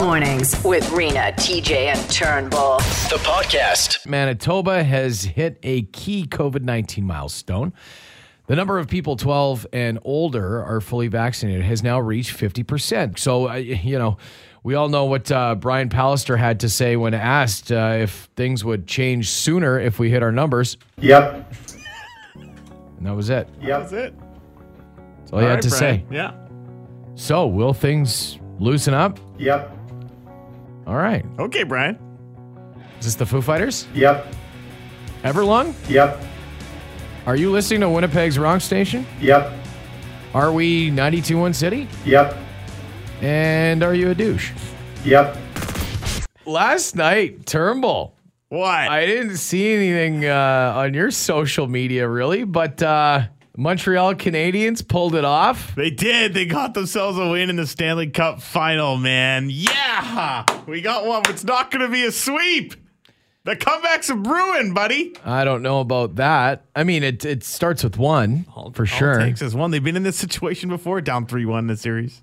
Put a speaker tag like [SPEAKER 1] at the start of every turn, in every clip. [SPEAKER 1] Mornings with Rena, TJ, and Turnbull.
[SPEAKER 2] The podcast.
[SPEAKER 3] Manitoba has hit a key COVID 19 milestone. The number of people 12 and older are fully vaccinated has now reached 50%. So, uh, you know, we all know what uh, Brian Pallister had to say when asked uh, if things would change sooner if we hit our numbers.
[SPEAKER 4] Yep.
[SPEAKER 3] And that was it.
[SPEAKER 4] Yep.
[SPEAKER 5] it.
[SPEAKER 3] That's all he had to say.
[SPEAKER 5] Yeah.
[SPEAKER 3] So, will things loosen up?
[SPEAKER 4] Yep.
[SPEAKER 3] All right.
[SPEAKER 5] Okay, Brian.
[SPEAKER 3] Is this the Foo Fighters?
[SPEAKER 4] Yep.
[SPEAKER 3] Everlong?
[SPEAKER 4] Yep.
[SPEAKER 3] Are you listening to Winnipeg's Rock Station?
[SPEAKER 4] Yep.
[SPEAKER 3] Are we 92.1 City?
[SPEAKER 4] Yep.
[SPEAKER 3] And are you a douche?
[SPEAKER 4] Yep.
[SPEAKER 3] Last night, Turnbull.
[SPEAKER 5] What?
[SPEAKER 3] I didn't see anything uh, on your social media really, but uh, Montreal Canadiens pulled it off.
[SPEAKER 5] they did. They got themselves a win in the Stanley Cup final, man. Yeah. We got one. It's not going to be a sweep. The comeback's a brewing, buddy.
[SPEAKER 3] I don't know about that. I mean, it it starts with one for sure.
[SPEAKER 5] All it takes is one. They've been in this situation before, down 3 1 in the series.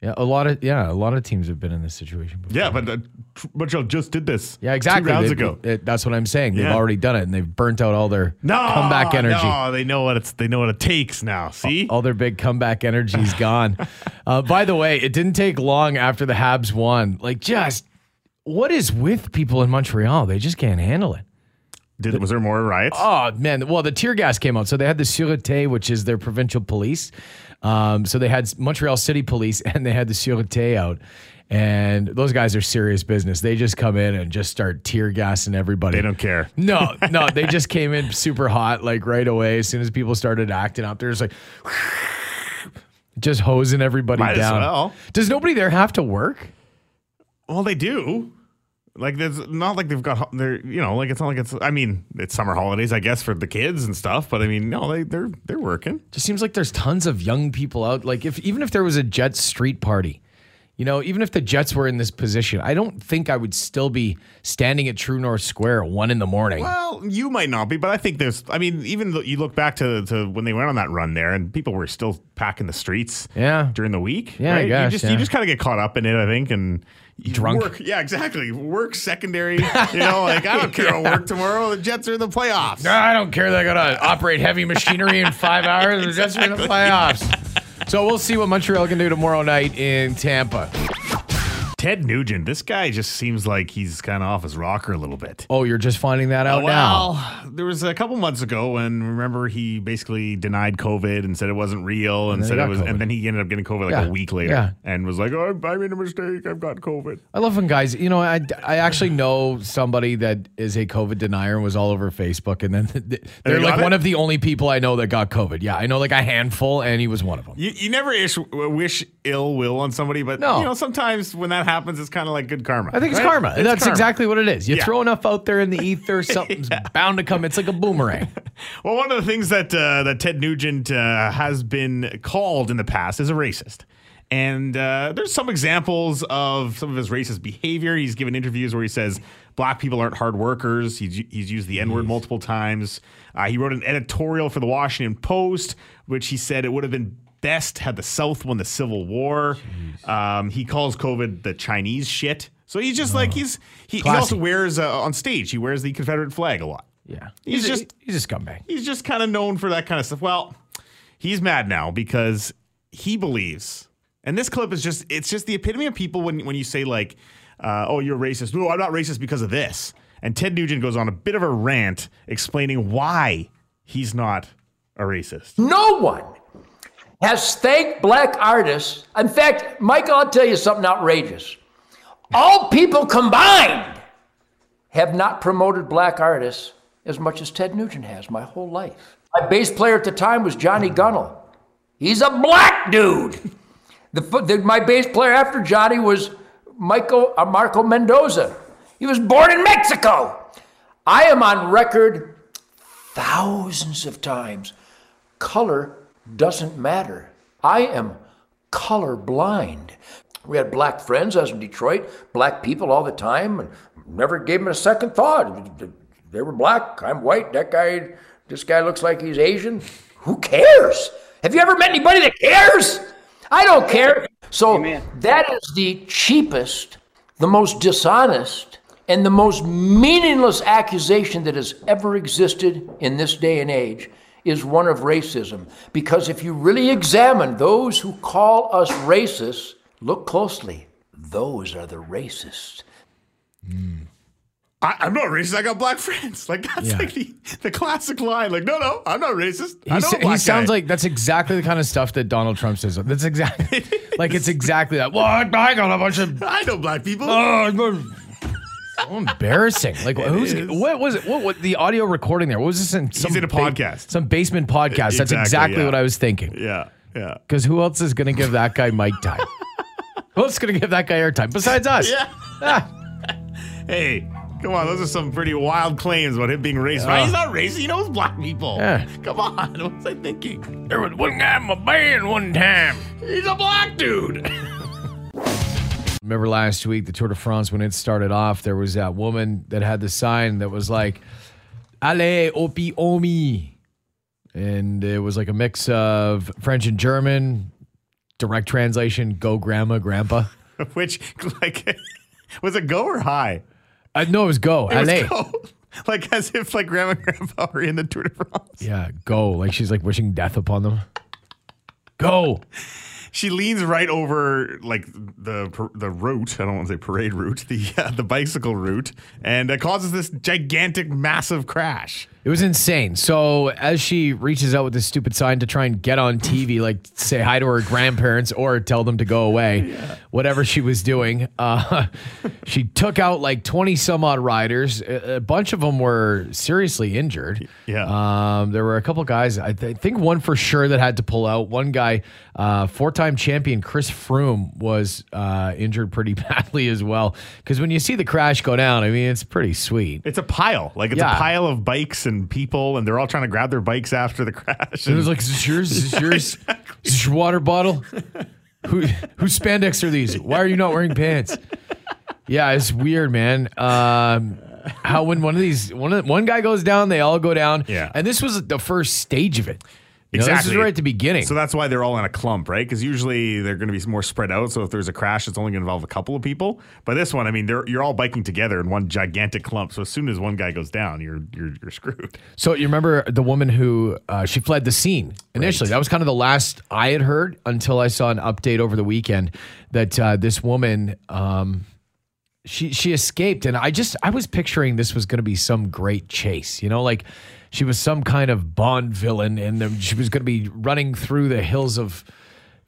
[SPEAKER 3] Yeah, a lot of yeah, a lot of teams have been in this situation. Before.
[SPEAKER 5] Yeah, but uh, Tr- Montreal just did this.
[SPEAKER 3] Yeah, exactly.
[SPEAKER 5] Two rounds
[SPEAKER 3] They-
[SPEAKER 5] ago.
[SPEAKER 3] it- that's what I'm saying. They've
[SPEAKER 5] Yeah.
[SPEAKER 3] already done it, and they've burnt out all their
[SPEAKER 5] No,
[SPEAKER 3] comeback energy.
[SPEAKER 5] No, they know what it's. They know what it takes now. See,
[SPEAKER 3] All their big comeback energy is gone. uh, by the way, it didn't take long after the Habs won. Like, just what is with people in Montreal? They just can't handle it.
[SPEAKER 5] did was there more riots?
[SPEAKER 3] Oh man! Well, the tear gas came out, so they had the Sûreté, which is their provincial police. Um, so they had Montreal City Police, and they had the Sûreté out. And those guys are serious business. They just come in and just start tear gassing everybody.
[SPEAKER 5] They don't care.
[SPEAKER 3] No, no, they just came in super hot, like right away. As soon as people started acting up, they're just like, just hosing everybody
[SPEAKER 5] Might as
[SPEAKER 3] down.
[SPEAKER 5] well.
[SPEAKER 3] Does nobody there have to work?
[SPEAKER 5] Well, they do. Like there's not like they've got ho- they're you know like it's not like it's I mean it's summer holidays I guess for the kids and stuff but I mean no they they're they're working
[SPEAKER 3] just seems like there's tons of young people out. Like if even if there was a Jets street party, you know, even if the Jets were in this position, I don't think I would still be standing at True North Square at one in the morning.
[SPEAKER 5] well you might not be but I think there's I mean even though you look back to to when they went on that run there and people were still packing the streets
[SPEAKER 3] Yeah.
[SPEAKER 5] during the week
[SPEAKER 3] Yeah, I
[SPEAKER 5] right?
[SPEAKER 3] guess,
[SPEAKER 5] you just
[SPEAKER 3] yeah.
[SPEAKER 5] you just kind of get caught up in it I think and you
[SPEAKER 3] Drunk.
[SPEAKER 5] work yeah exactly work secondary you know like I don't care what work tomorrow the Jets are in the playoffs
[SPEAKER 3] I don't care. They gotta operate heavy machinery in five hours. The Jets are in the playoffs. So we'll see what Montreal can do tomorrow night in Tampa.
[SPEAKER 5] Ted Nugent this guy just seems like he's kind of off his rocker a little bit
[SPEAKER 3] Oh, you're just finding that out now.
[SPEAKER 5] well, there was a couple months ago when remember he basically denied COVID and said it wasn't real and,
[SPEAKER 3] then
[SPEAKER 5] said
[SPEAKER 3] he
[SPEAKER 5] it
[SPEAKER 3] got
[SPEAKER 5] was,
[SPEAKER 3] COVID.
[SPEAKER 5] and then he ended up getting COVID like
[SPEAKER 3] Yeah,
[SPEAKER 5] a week later
[SPEAKER 3] yeah.
[SPEAKER 5] and was like, oh, I made a mistake. I've got COVID.
[SPEAKER 3] I love when guys, you know, I, I actually know somebody that is a COVID denier and was all over Facebook. And then th- they're
[SPEAKER 5] they
[SPEAKER 3] like
[SPEAKER 5] got it?
[SPEAKER 3] one of the only people I know that got COVID. Yeah, I know like a handful, and he was one of them.
[SPEAKER 5] You, you never ish, wish ill will on somebody, but
[SPEAKER 3] No.
[SPEAKER 5] you know sometimes when that happens, it's kind of like good karma.
[SPEAKER 3] I think it's
[SPEAKER 5] right?
[SPEAKER 3] karma. That's
[SPEAKER 5] karma.
[SPEAKER 3] exactly what it is. You
[SPEAKER 5] Yeah.
[SPEAKER 3] throw enough out there in the ether, something's bound to come. It's like a boomerang.
[SPEAKER 5] Well, one of the things that uh, that Ted Nugent uh, has been called in the past is a racist. And uh, there's some examples of some of his racist behavior. He's given interviews where he says black people aren't hard workers. He's, he's used the N word multiple times. Uh, he wrote an editorial for the Washington Post, which he said it would have been best had the South won the Civil War. Um, he calls COVID the Chinese shit. So he's just like he's he, he
[SPEAKER 3] Classy.
[SPEAKER 5] also wears uh, on stage. He wears the Confederate flag a lot
[SPEAKER 3] Yeah.
[SPEAKER 5] He's just-
[SPEAKER 3] he's a scumbag.
[SPEAKER 5] he's just kind of known for that kind of stuff. Well, he's mad now because he believes, and this clip is just it's just the epitome of people when when you say like, uh, "Oh, you're racist." No, I'm not racist because of this. And Ted Nugent goes on a bit of a rant explaining why he's not a racist.
[SPEAKER 6] No one has thanked black artists. In fact, Michael, I'll tell you something outrageous. All people combined have not promoted black artists as much as Ted Nugent has my whole life. My bass player at the time was Johnny Gunnell. He's a black dude. The, fo- the, my bass player after Johnny was Michael uh, Marco Mendoza. He was born in Mexico. I am on record thousands of times color doesn't matter. I am colorblind. We had black friends. I was in Detroit, black people all the time, and never gave them a second thought. They were black. I'm white. That guy, this guy looks like he's Asian. Who cares? Have you ever met anybody that cares? I don't care. So
[SPEAKER 2] Amen.
[SPEAKER 6] that is the cheapest, the most dishonest, and the most meaningless accusation that has ever existed in this day and age is one of racism. Because if you really examine those who call us racists, look closely. Those are the racists.
[SPEAKER 5] I, I'm not racist. I got black friends. Like that's
[SPEAKER 3] Yeah.
[SPEAKER 5] like the, the classic line. Like, no, no, I'm not racist.
[SPEAKER 3] He,
[SPEAKER 5] I know
[SPEAKER 3] sa-
[SPEAKER 5] a
[SPEAKER 3] he
[SPEAKER 5] black
[SPEAKER 3] sounds
[SPEAKER 5] guy.
[SPEAKER 3] like that's exactly the kind of stuff that Donald Trump says. That's exactly like it's exactly that. Well, I I got a bunch of.
[SPEAKER 5] I know black people.
[SPEAKER 3] Oh, So embarrassing. Like who's
[SPEAKER 5] is.
[SPEAKER 3] what was it? What, what the audio recording there? What was this in? Some
[SPEAKER 5] in a
[SPEAKER 3] ba-
[SPEAKER 5] podcast.
[SPEAKER 3] some basement podcast. That's
[SPEAKER 5] Exactly,
[SPEAKER 3] exactly
[SPEAKER 5] yeah.
[SPEAKER 3] what I was thinking.
[SPEAKER 5] yeah, yeah,
[SPEAKER 3] Because who else is going to give that guy mic time? who else is going to give that guy airtime besides us?
[SPEAKER 5] yeah.
[SPEAKER 3] Ah,
[SPEAKER 5] Hey, come on. Those are some pretty wild claims about him being racist. Uh. Right? He's not racist. He knows black people.
[SPEAKER 3] Yeah.
[SPEAKER 5] Come on. What was I thinking?
[SPEAKER 3] there was one guy in my band one time.
[SPEAKER 5] He's a black dude.
[SPEAKER 3] Remember last week, the Tour de France, when it started off, there was that woman that had the sign that was like, Allez, opi omi. And it was like a mix of French and German, direct translation, go grandma, grandpa.
[SPEAKER 5] Which, like, was it go or high?
[SPEAKER 3] Uh, no, it was go.
[SPEAKER 5] It was
[SPEAKER 3] Allez.
[SPEAKER 5] go. Like as if like grandma and grandpa were in the Tour de France.
[SPEAKER 3] Yeah, go. Like she's like wishing death upon them. Go.
[SPEAKER 5] She leans right over like the par- the route. I don't want to say parade route, the uh, the bicycle route, and uh, causes this gigantic, massive crash.
[SPEAKER 3] It was insane. So as she reaches out with this stupid sign to try and get on TV, like say hi to her grandparents or tell them to go away, whatever she was doing, uh, she took out like twenty some odd riders. A a bunch of them were seriously injured.
[SPEAKER 5] Yeah.
[SPEAKER 3] Um, there were a couple guys. I, th- think one for sure that had to pull out. One guy, uh, four-time champion Chris Froome, was uh, injured pretty badly as well. Because when you see the crash go down, I mean, it's pretty sweet.
[SPEAKER 5] It's a pile. Like it's
[SPEAKER 3] Yeah.
[SPEAKER 5] a pile of bikes and people, and they're all trying to grab their bikes after the crash.
[SPEAKER 3] It was like, is this yours? Is this yours? Is this your water bottle? Who whose spandex are these? Why are you not wearing pants? Yeah, it's weird, man. Um, how when one of these one of, one guy goes down, they all go down.
[SPEAKER 5] Yeah.
[SPEAKER 3] and this was the first stage of it. You know, this is
[SPEAKER 5] Exactly.
[SPEAKER 3] right at the beginning.
[SPEAKER 5] So that's why they're all in a clump, right? Because usually they're going to be more spread out. So if there's a crash, it's only going to involve a couple of people. But this one, I mean, they're, you're all biking together in one gigantic clump. So as soon as one guy goes down, you're you're, you're screwed.
[SPEAKER 3] So you remember the woman who uh, she fled the scene initially. That was kind of the last I had heard until I saw an update over the weekend that uh, this woman um, she she escaped, and I just I was picturing this was going to be some great chase, you know, like she was some kind of Bond villain, and then she was going to be running through the hills of.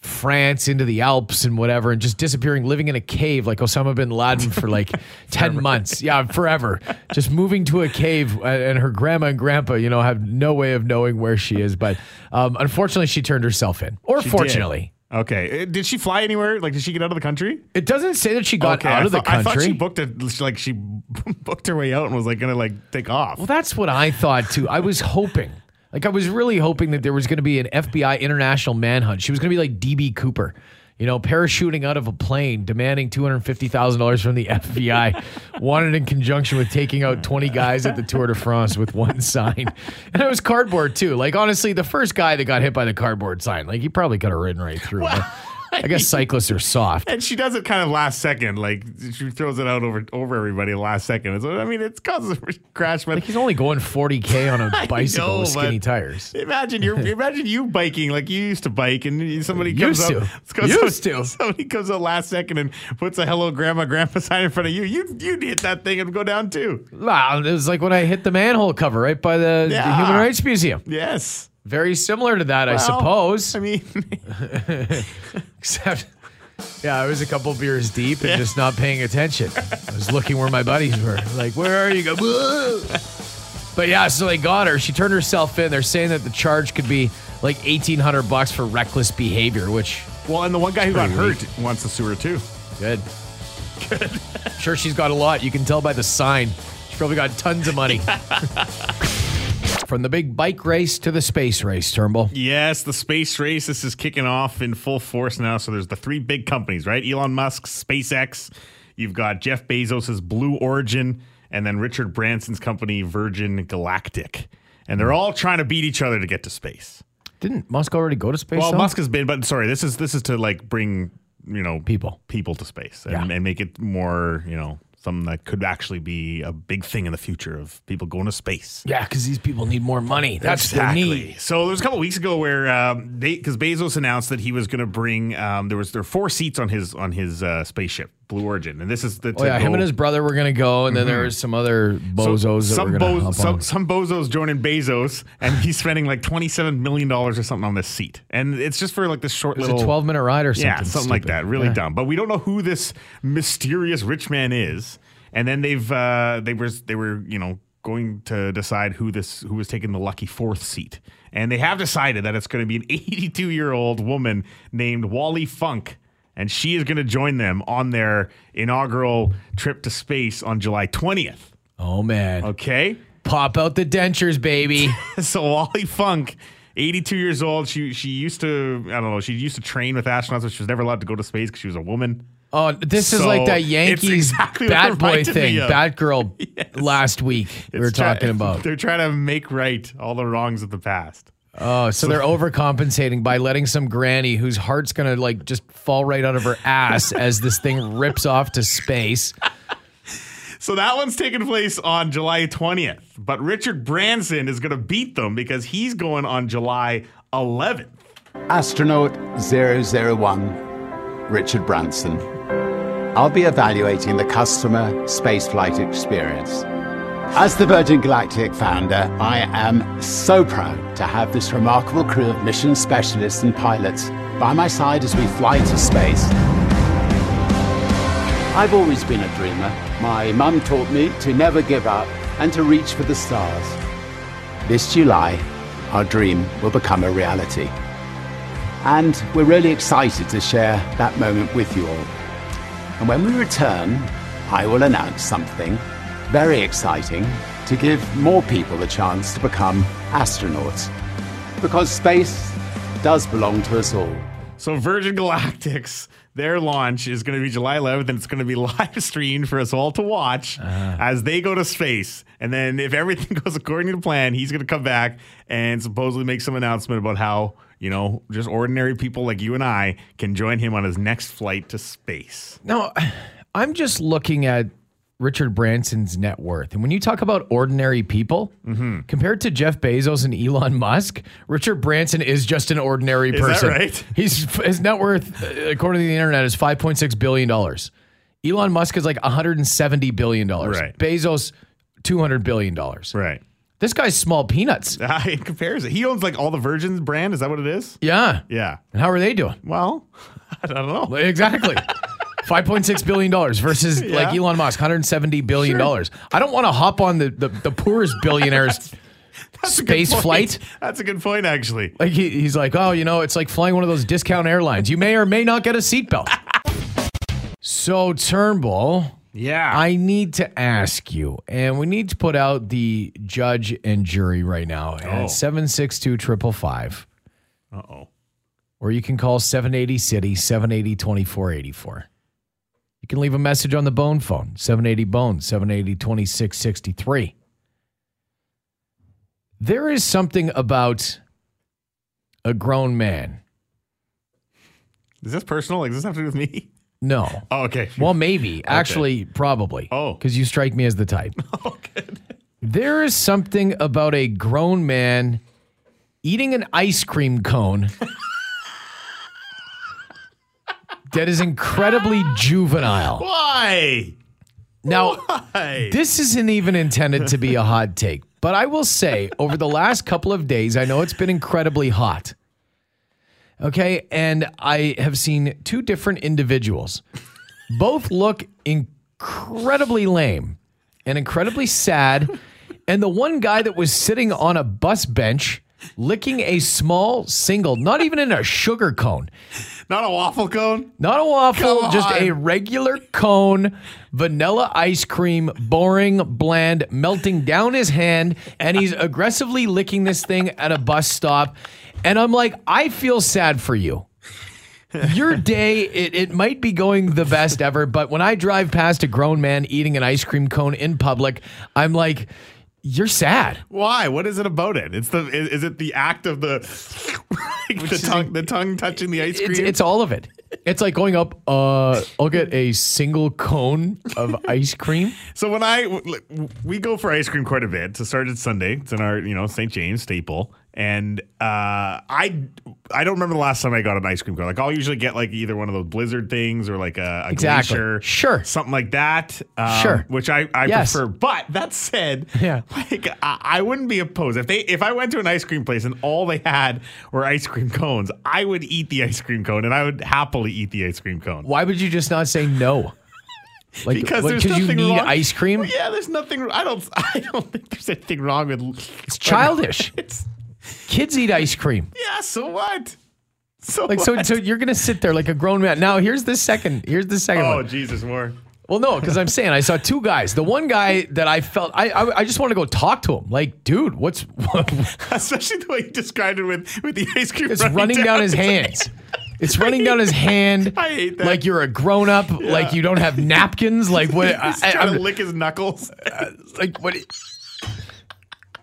[SPEAKER 3] France into the Alps and whatever, and just disappearing, living in a cave like Osama bin Laden for like 10 months. Yeah, forever. Just moving to a cave, uh, and her grandma and grandpa, you know, have no way of knowing where she is. But um, unfortunately, she turned herself in. Or fortunately.
[SPEAKER 5] Okay. Uh, Did she fly anywhere? Like, did she get out of the country?
[SPEAKER 3] It doesn't say that she got
[SPEAKER 5] okay.
[SPEAKER 3] out
[SPEAKER 5] I
[SPEAKER 3] of the
[SPEAKER 5] thought- I
[SPEAKER 3] country.
[SPEAKER 5] thought she booked it. Like she booked her way out and was like going to like take off.
[SPEAKER 3] Well, that's what I thought too. I was hoping. Like I was really hoping that there was going to be an FBI international manhunt. She was going to be like DB Cooper, you know, parachuting out of a plane, demanding two hundred fifty thousand dollars from the FBI, wanted in conjunction with taking out twenty guys at the Tour de France with one sign, and it was cardboard too. Like honestly, the first guy that got hit by the cardboard sign, like he probably could have ridden right through. but I guess cyclists are soft.
[SPEAKER 5] And she does it kind of last second, like she throws it out over over everybody last second. So I mean, it's causes a crash, but
[SPEAKER 3] Like he's only going forty k on a bicycle
[SPEAKER 5] know,
[SPEAKER 3] with skinny
[SPEAKER 5] but-
[SPEAKER 3] tires.
[SPEAKER 5] Imagine you're imagine you biking like you used to bike, and somebody comes
[SPEAKER 3] Used
[SPEAKER 5] up,
[SPEAKER 3] to.
[SPEAKER 5] comes
[SPEAKER 3] Used
[SPEAKER 5] up-
[SPEAKER 3] to.
[SPEAKER 5] somebody comes up last second and puts a hello grandma grandpa sign in front of you. You you'd hit that thing and go down too.
[SPEAKER 3] Wow, it was like when I hit the manhole cover right by the, the
[SPEAKER 5] Yeah.
[SPEAKER 3] Human Rights Museum.
[SPEAKER 5] Yes,
[SPEAKER 3] Very similar to that, I
[SPEAKER 5] Well,
[SPEAKER 3] suppose.
[SPEAKER 5] I mean,
[SPEAKER 3] Except, yeah, I was a couple beers deep and just not paying attention. I was looking where my buddies were. Like, where are you? Go, "Whoa." but yeah, so they got her. She turned herself in. They're saying that the charge could be like eighteen hundred bucks for reckless behavior, which
[SPEAKER 5] well, and the one guy who got
[SPEAKER 3] pretty
[SPEAKER 5] hurt wants the sewer too.
[SPEAKER 3] good. Good. sure, she's got a lot. You can tell by the sign. She's probably got tons of money. From the big bike race to the space race, Turnbull.
[SPEAKER 5] Yes, the space race. This is kicking off in full force now. So there's the three big companies, right? Elon Musk's SpaceX. You've got Jeff Bezos' Blue Origin, and then Richard Branson's company, Virgin Galactic. And they're all trying to beat each other to get to space.
[SPEAKER 3] Didn't Musk already go to space?
[SPEAKER 5] Well,
[SPEAKER 3] though?
[SPEAKER 5] Musk has been, but sorry, this is this is to like bring you know
[SPEAKER 3] People.
[SPEAKER 5] people to space and, and make it more you know something that could actually be a big thing in the future of people going to space.
[SPEAKER 3] Yeah, because these people need more money. That's their need.
[SPEAKER 5] So there was a couple weeks ago where um, they because Bezos announced that he was going to bring um, there was there were four seats on his on his uh, spaceship Blue Origin and this is the
[SPEAKER 3] Oh, yeah, him and his brother were going to go, and then there was some other bozos that were going to
[SPEAKER 5] bo-
[SPEAKER 3] hop
[SPEAKER 5] Mm-hmm. some,
[SPEAKER 3] on.
[SPEAKER 5] some bozos joining Bezos, and he's spending like twenty-seven million dollars or something on this seat, and it's just for like this short
[SPEAKER 3] It was
[SPEAKER 5] little
[SPEAKER 3] a 12 minute ride or something.
[SPEAKER 5] yeah, something like
[SPEAKER 3] stupid.
[SPEAKER 5] that. Really
[SPEAKER 3] Yeah.
[SPEAKER 5] dumb. But we don't know who this mysterious rich man is. And then they've uh, they were they were you know going to decide who this who was taking the lucky fourth seat. And they have decided that it's going to be an 82 year old woman named Wally Funk. And she is going to join them on their inaugural trip to space on July 20th.
[SPEAKER 3] Oh,
[SPEAKER 5] Uh,
[SPEAKER 3] man.
[SPEAKER 5] Okay.
[SPEAKER 3] Pop out the dentures, baby.
[SPEAKER 5] so Wally Funk, 82 years old, she she used to I don't know, she used to train with astronauts, but she was never allowed to go to space because she was a woman.
[SPEAKER 3] Oh, this is
[SPEAKER 5] So,
[SPEAKER 3] like that
[SPEAKER 5] it's
[SPEAKER 3] Yankees
[SPEAKER 5] exactly what
[SPEAKER 3] bad
[SPEAKER 5] it
[SPEAKER 3] boy
[SPEAKER 5] reminded
[SPEAKER 3] thing,
[SPEAKER 5] me of.
[SPEAKER 3] bad girl last week we were
[SPEAKER 5] It's try-
[SPEAKER 3] talking about.
[SPEAKER 5] They're trying to make right all the wrongs of the past.
[SPEAKER 3] Oh, so they're overcompensating by letting some granny whose heart's going to like just fall right out of her ass as this thing rips off to space.
[SPEAKER 5] So that one's taking place on July 20th, but Richard Branson is going to beat them because he's going on July 11th.
[SPEAKER 2] Astronaut 001, Richard Branson. I'll be evaluating the customer spaceflight experience. As the Virgin Galactic founder, I am so proud to have this remarkable crew of mission specialists and pilots by my side as we fly to space. I've always been a dreamer. My mum taught me to never give up and to reach for the stars. This July, our dream will become a reality. And we're really excited to share that moment with you all. And when we return, I will announce something very exciting to give more people the chance to become astronauts. Because space does belong to us all.
[SPEAKER 5] So Virgin Galactics, their launch is going to be July 11th, and it's going to be live streamed for us all to watch
[SPEAKER 3] Uh-huh.
[SPEAKER 5] as they go to space. And then, if everything goes according to plan, he's going to come back and supposedly make some announcement about how you know just ordinary people like you and I can join him on his next flight to space.
[SPEAKER 3] No, I'm just looking at Richard Branson's net worth. And when you talk about ordinary people,
[SPEAKER 5] Mm-hmm.
[SPEAKER 3] compared to Jeff Bezos and Elon Musk, Richard Branson is just an ordinary
[SPEAKER 5] that
[SPEAKER 3] person.
[SPEAKER 5] right?
[SPEAKER 3] He's, his net worth, uh, according to the internet, is $5.6 billion. Elon Musk is like $170 billion.
[SPEAKER 5] Right.
[SPEAKER 3] Bezos, $200 billion.
[SPEAKER 5] Right.
[SPEAKER 3] This guy's small peanuts.
[SPEAKER 5] it compares it. He owns like all the Virgin brand. Is that what it is?
[SPEAKER 3] Yeah.
[SPEAKER 5] Yeah.
[SPEAKER 3] And how are they doing?
[SPEAKER 5] Well, I don't know.
[SPEAKER 3] Exactly. Five point six billion dollars versus like Elon Musk, hundred seventy billion dollars. I don't want to hop on the the, the poorest billionaire's
[SPEAKER 5] That's a good
[SPEAKER 3] space
[SPEAKER 5] point.
[SPEAKER 3] flight.
[SPEAKER 5] That's a good point, actually.
[SPEAKER 3] Like he, he's like, oh, you know, it's like flying one of those discount airlines. You may or may not get a seatbelt. so Turnbull,
[SPEAKER 5] Yeah.
[SPEAKER 3] I need to ask you, and we need to put out the judge and jury right now
[SPEAKER 5] Oh.
[SPEAKER 3] at seven six two triple five,
[SPEAKER 5] Uh oh.
[SPEAKER 3] or you can call seven eighty city seven eighty twenty four eighty four. You can leave a message on the bone phone, 780 bone, 780 2663. There is something about a grown man.
[SPEAKER 5] Is this personal? Like, does this have to do with me?
[SPEAKER 3] No.
[SPEAKER 5] Oh, okay.
[SPEAKER 3] Well, maybe. Actually, probably.
[SPEAKER 5] Oh.
[SPEAKER 3] Because you strike me as the type. There is something about a grown man eating an ice cream cone that is incredibly juvenile.
[SPEAKER 5] Why?
[SPEAKER 3] Now,
[SPEAKER 5] Why?
[SPEAKER 3] This isn't even intended to be a hot take, but I will say over the last couple of days, I know it's been incredibly hot. Okay. And I have seen two different individuals. Both look incredibly lame and incredibly sad. And the one guy that was sitting on a bus bench licking a small single, not even in a sugar cone,
[SPEAKER 5] Not a waffle cone?
[SPEAKER 3] not a waffle,
[SPEAKER 5] Come
[SPEAKER 3] just
[SPEAKER 5] on.
[SPEAKER 3] a regular cone, vanilla ice cream, boring, bland, melting down his hand, and he's aggressively licking this thing at a bus stop. And I'm like, I feel sad for you. Your day, it, it might be going the best ever, but when I drive past a grown man eating an ice cream cone in public, I'm like, you're sad.
[SPEAKER 5] Why? What is it about it? It's the is, is it the act of the the tongue the tongue touching the ice cream?
[SPEAKER 3] It's, it's all of it. It's like going up. Uh, I'll get a single cone of ice cream.
[SPEAKER 5] So when I like, we go for ice cream quite a bit. So it started Sunday. It's in our you know St James staple, and uh, I I don't remember the last time I got an ice cream cone. Like I'll usually get like either one of those Blizzard things or like a, a
[SPEAKER 3] Exactly.
[SPEAKER 5] glacier,
[SPEAKER 3] Sure.
[SPEAKER 5] something like that. um,
[SPEAKER 3] Sure.
[SPEAKER 5] which I I
[SPEAKER 3] Yes.
[SPEAKER 5] prefer. But that said,
[SPEAKER 3] Yeah.
[SPEAKER 5] like I, I wouldn't be opposed if they if I went to an ice cream place and all they had were ice cream cones. I would eat the ice cream cone, and I would happily eat the ice cream cone.
[SPEAKER 3] Why would you just not say no? Like
[SPEAKER 5] because
[SPEAKER 3] like,
[SPEAKER 5] there's nothing
[SPEAKER 3] you need
[SPEAKER 5] wrong.
[SPEAKER 3] ice cream.
[SPEAKER 5] Well, yeah, there's nothing. I don't. I don't think there's anything wrong with. It's
[SPEAKER 3] childish.
[SPEAKER 5] It's
[SPEAKER 3] Kids eat ice cream.
[SPEAKER 5] yeah. So what? So
[SPEAKER 3] Like so,
[SPEAKER 5] what?
[SPEAKER 3] so you're gonna sit there like a grown man. Now here's the second. Here's the second
[SPEAKER 5] Oh
[SPEAKER 3] one.
[SPEAKER 5] Jesus, more.
[SPEAKER 3] Well, no, because I'm saying I saw two guys. The one guy that I felt I I, I just want to go talk to him. Like, dude, what's what,
[SPEAKER 5] Especially the way you described it with with the ice cream.
[SPEAKER 3] it's running down his hands. It's running down his hand.
[SPEAKER 5] I hate that.
[SPEAKER 3] Like you're a grown up. Like you don't have napkins. Like what? I,
[SPEAKER 5] He's
[SPEAKER 3] I-
[SPEAKER 5] trying to
[SPEAKER 3] I'm-
[SPEAKER 5] lick his knuckles.
[SPEAKER 3] like what?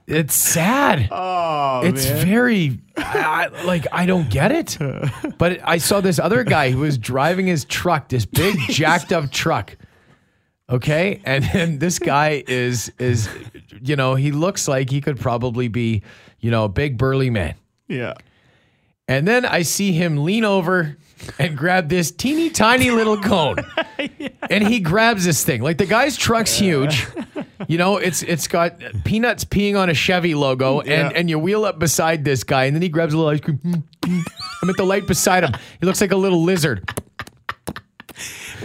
[SPEAKER 3] It's sad.
[SPEAKER 5] Oh,
[SPEAKER 3] it's
[SPEAKER 5] man.
[SPEAKER 3] very I, I- like I don't get it. But I saw this other guy who was driving his truck, this big jacked up truck. Okay, and and this guy is is you know he looks like he could probably be you know a big burly man.
[SPEAKER 5] yeah.
[SPEAKER 3] And then I see him lean over and grab this teeny tiny little cone. And he grabs this thing. Like the guy's truck's huge. You know, it's it's got peanuts peeing on a Chevy logo and,
[SPEAKER 5] Yeah.
[SPEAKER 3] and you wheel up beside this guy and then he grabs a little ice cream. I'm at the light beside him. He looks like a little lizard.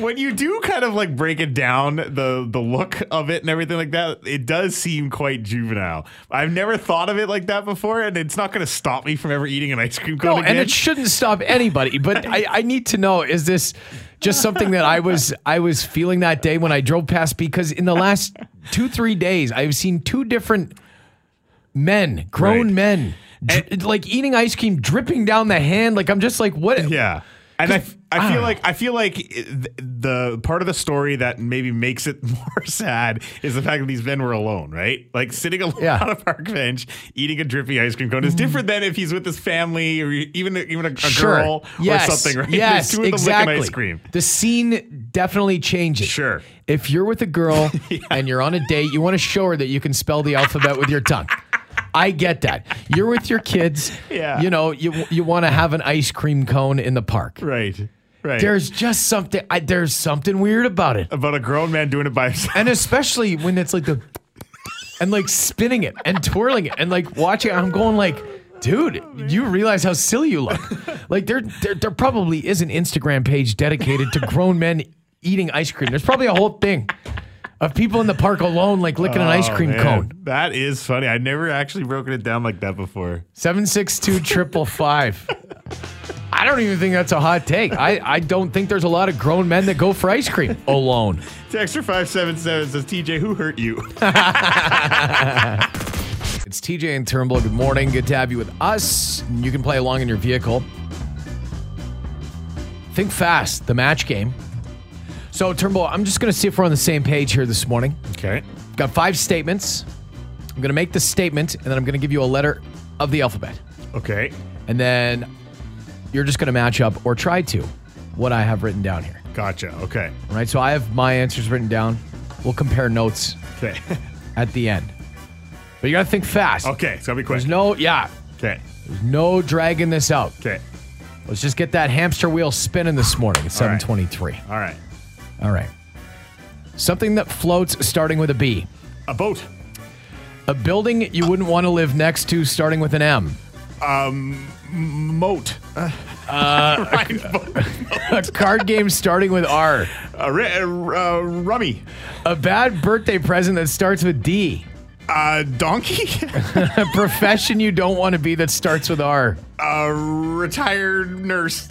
[SPEAKER 5] When you do kind of like break it down, the the look of it and everything like that, it does seem quite juvenile. I've never thought of it like that before, and it's not going to stop me from ever eating an ice cream cone
[SPEAKER 3] No,
[SPEAKER 5] again.
[SPEAKER 3] and it shouldn't stop anybody. But I, I need to know: is this just something that I was I was feeling that day when I drove past? Because in the last two three days, I've seen two different men, grown
[SPEAKER 5] Right.
[SPEAKER 3] men, dri- like eating ice cream dripping down the hand. Like I'm just like, what?
[SPEAKER 5] Yeah. And I, f- I
[SPEAKER 3] I
[SPEAKER 5] feel
[SPEAKER 3] don't
[SPEAKER 5] like I feel like it- th- the part of the story that maybe makes it more sad is the fact that these men were alone, right? Like sitting alone
[SPEAKER 3] Yeah. Mm-hmm.
[SPEAKER 5] on a park bench eating a drippy ice cream cone is different than if he's with his family or e, even even a, a
[SPEAKER 3] Sure.
[SPEAKER 5] girl
[SPEAKER 3] yes.
[SPEAKER 5] or something, right? There's
[SPEAKER 3] Yes,
[SPEAKER 5] two of them licking
[SPEAKER 3] exactly.
[SPEAKER 5] ice cream.
[SPEAKER 3] The scene definitely changes.
[SPEAKER 5] Sure.
[SPEAKER 3] If you're with a girl and you're on a date, you want to show her that you can spell the alphabet with your tongue. I get that. You're with your kids.
[SPEAKER 5] Yeah.
[SPEAKER 3] You know, you you want to have an ice cream cone in the park.
[SPEAKER 5] Right. Right.
[SPEAKER 3] There's just something. I, there's something weird about it,
[SPEAKER 5] about a grown man doing it by himself.
[SPEAKER 3] and especially when it's like the and like spinning it and twirling it and like watching. I'm going like. Dude, you realize how silly you look. Like there, there, there probably is an Instagram page dedicated to grown men eating ice cream. There's probably a whole thing of people in the park alone, like licking an ice
[SPEAKER 5] Oh,
[SPEAKER 3] cream
[SPEAKER 5] man.
[SPEAKER 3] cone.
[SPEAKER 5] That is funny. I've never actually broken it down like that before.
[SPEAKER 3] Seven six two triple five. I don't even think that's a hot take. I, I don't think there's a lot of grown men that go for ice cream alone.
[SPEAKER 5] Texter five seven seven says TJ, who hurt you?
[SPEAKER 3] It's TJ and Turnbull. Good morning. Good to have you with us. You can play along in your vehicle. Think fast, the match game. So, Turnbull, I'm just going to see if we're on the same page here this morning.
[SPEAKER 5] okay.
[SPEAKER 3] Got five statements. I'm going to make the statement, and then I'm going to give you a letter of the alphabet.
[SPEAKER 5] Okay.
[SPEAKER 3] And then you're just going to match up or try to what I have written down here.
[SPEAKER 5] Gotcha. Okay.
[SPEAKER 3] All right. So I have my answers written down. We'll compare notes
[SPEAKER 5] Okay.
[SPEAKER 3] at the end. But you got to think fast.
[SPEAKER 5] okay. It's gonna be quick.
[SPEAKER 3] There's no, yeah,
[SPEAKER 5] okay.
[SPEAKER 3] no dragging this out.
[SPEAKER 5] Okay.
[SPEAKER 3] Let's just get that hamster wheel spinning this morning at
[SPEAKER 5] All right.
[SPEAKER 3] 723.
[SPEAKER 5] All right.
[SPEAKER 3] All right. Something that floats starting with a B.
[SPEAKER 5] A boat.
[SPEAKER 3] A building you wouldn't want to live next to starting with an M.
[SPEAKER 5] Moat. Uh, Ryan's boat.
[SPEAKER 3] A card game starting with R.
[SPEAKER 5] A ri- a r- uh, rummy.
[SPEAKER 3] A bad birthday present that starts with D.
[SPEAKER 5] A donkey.
[SPEAKER 3] A profession you don't want to be that starts with R.
[SPEAKER 5] a retired nurse.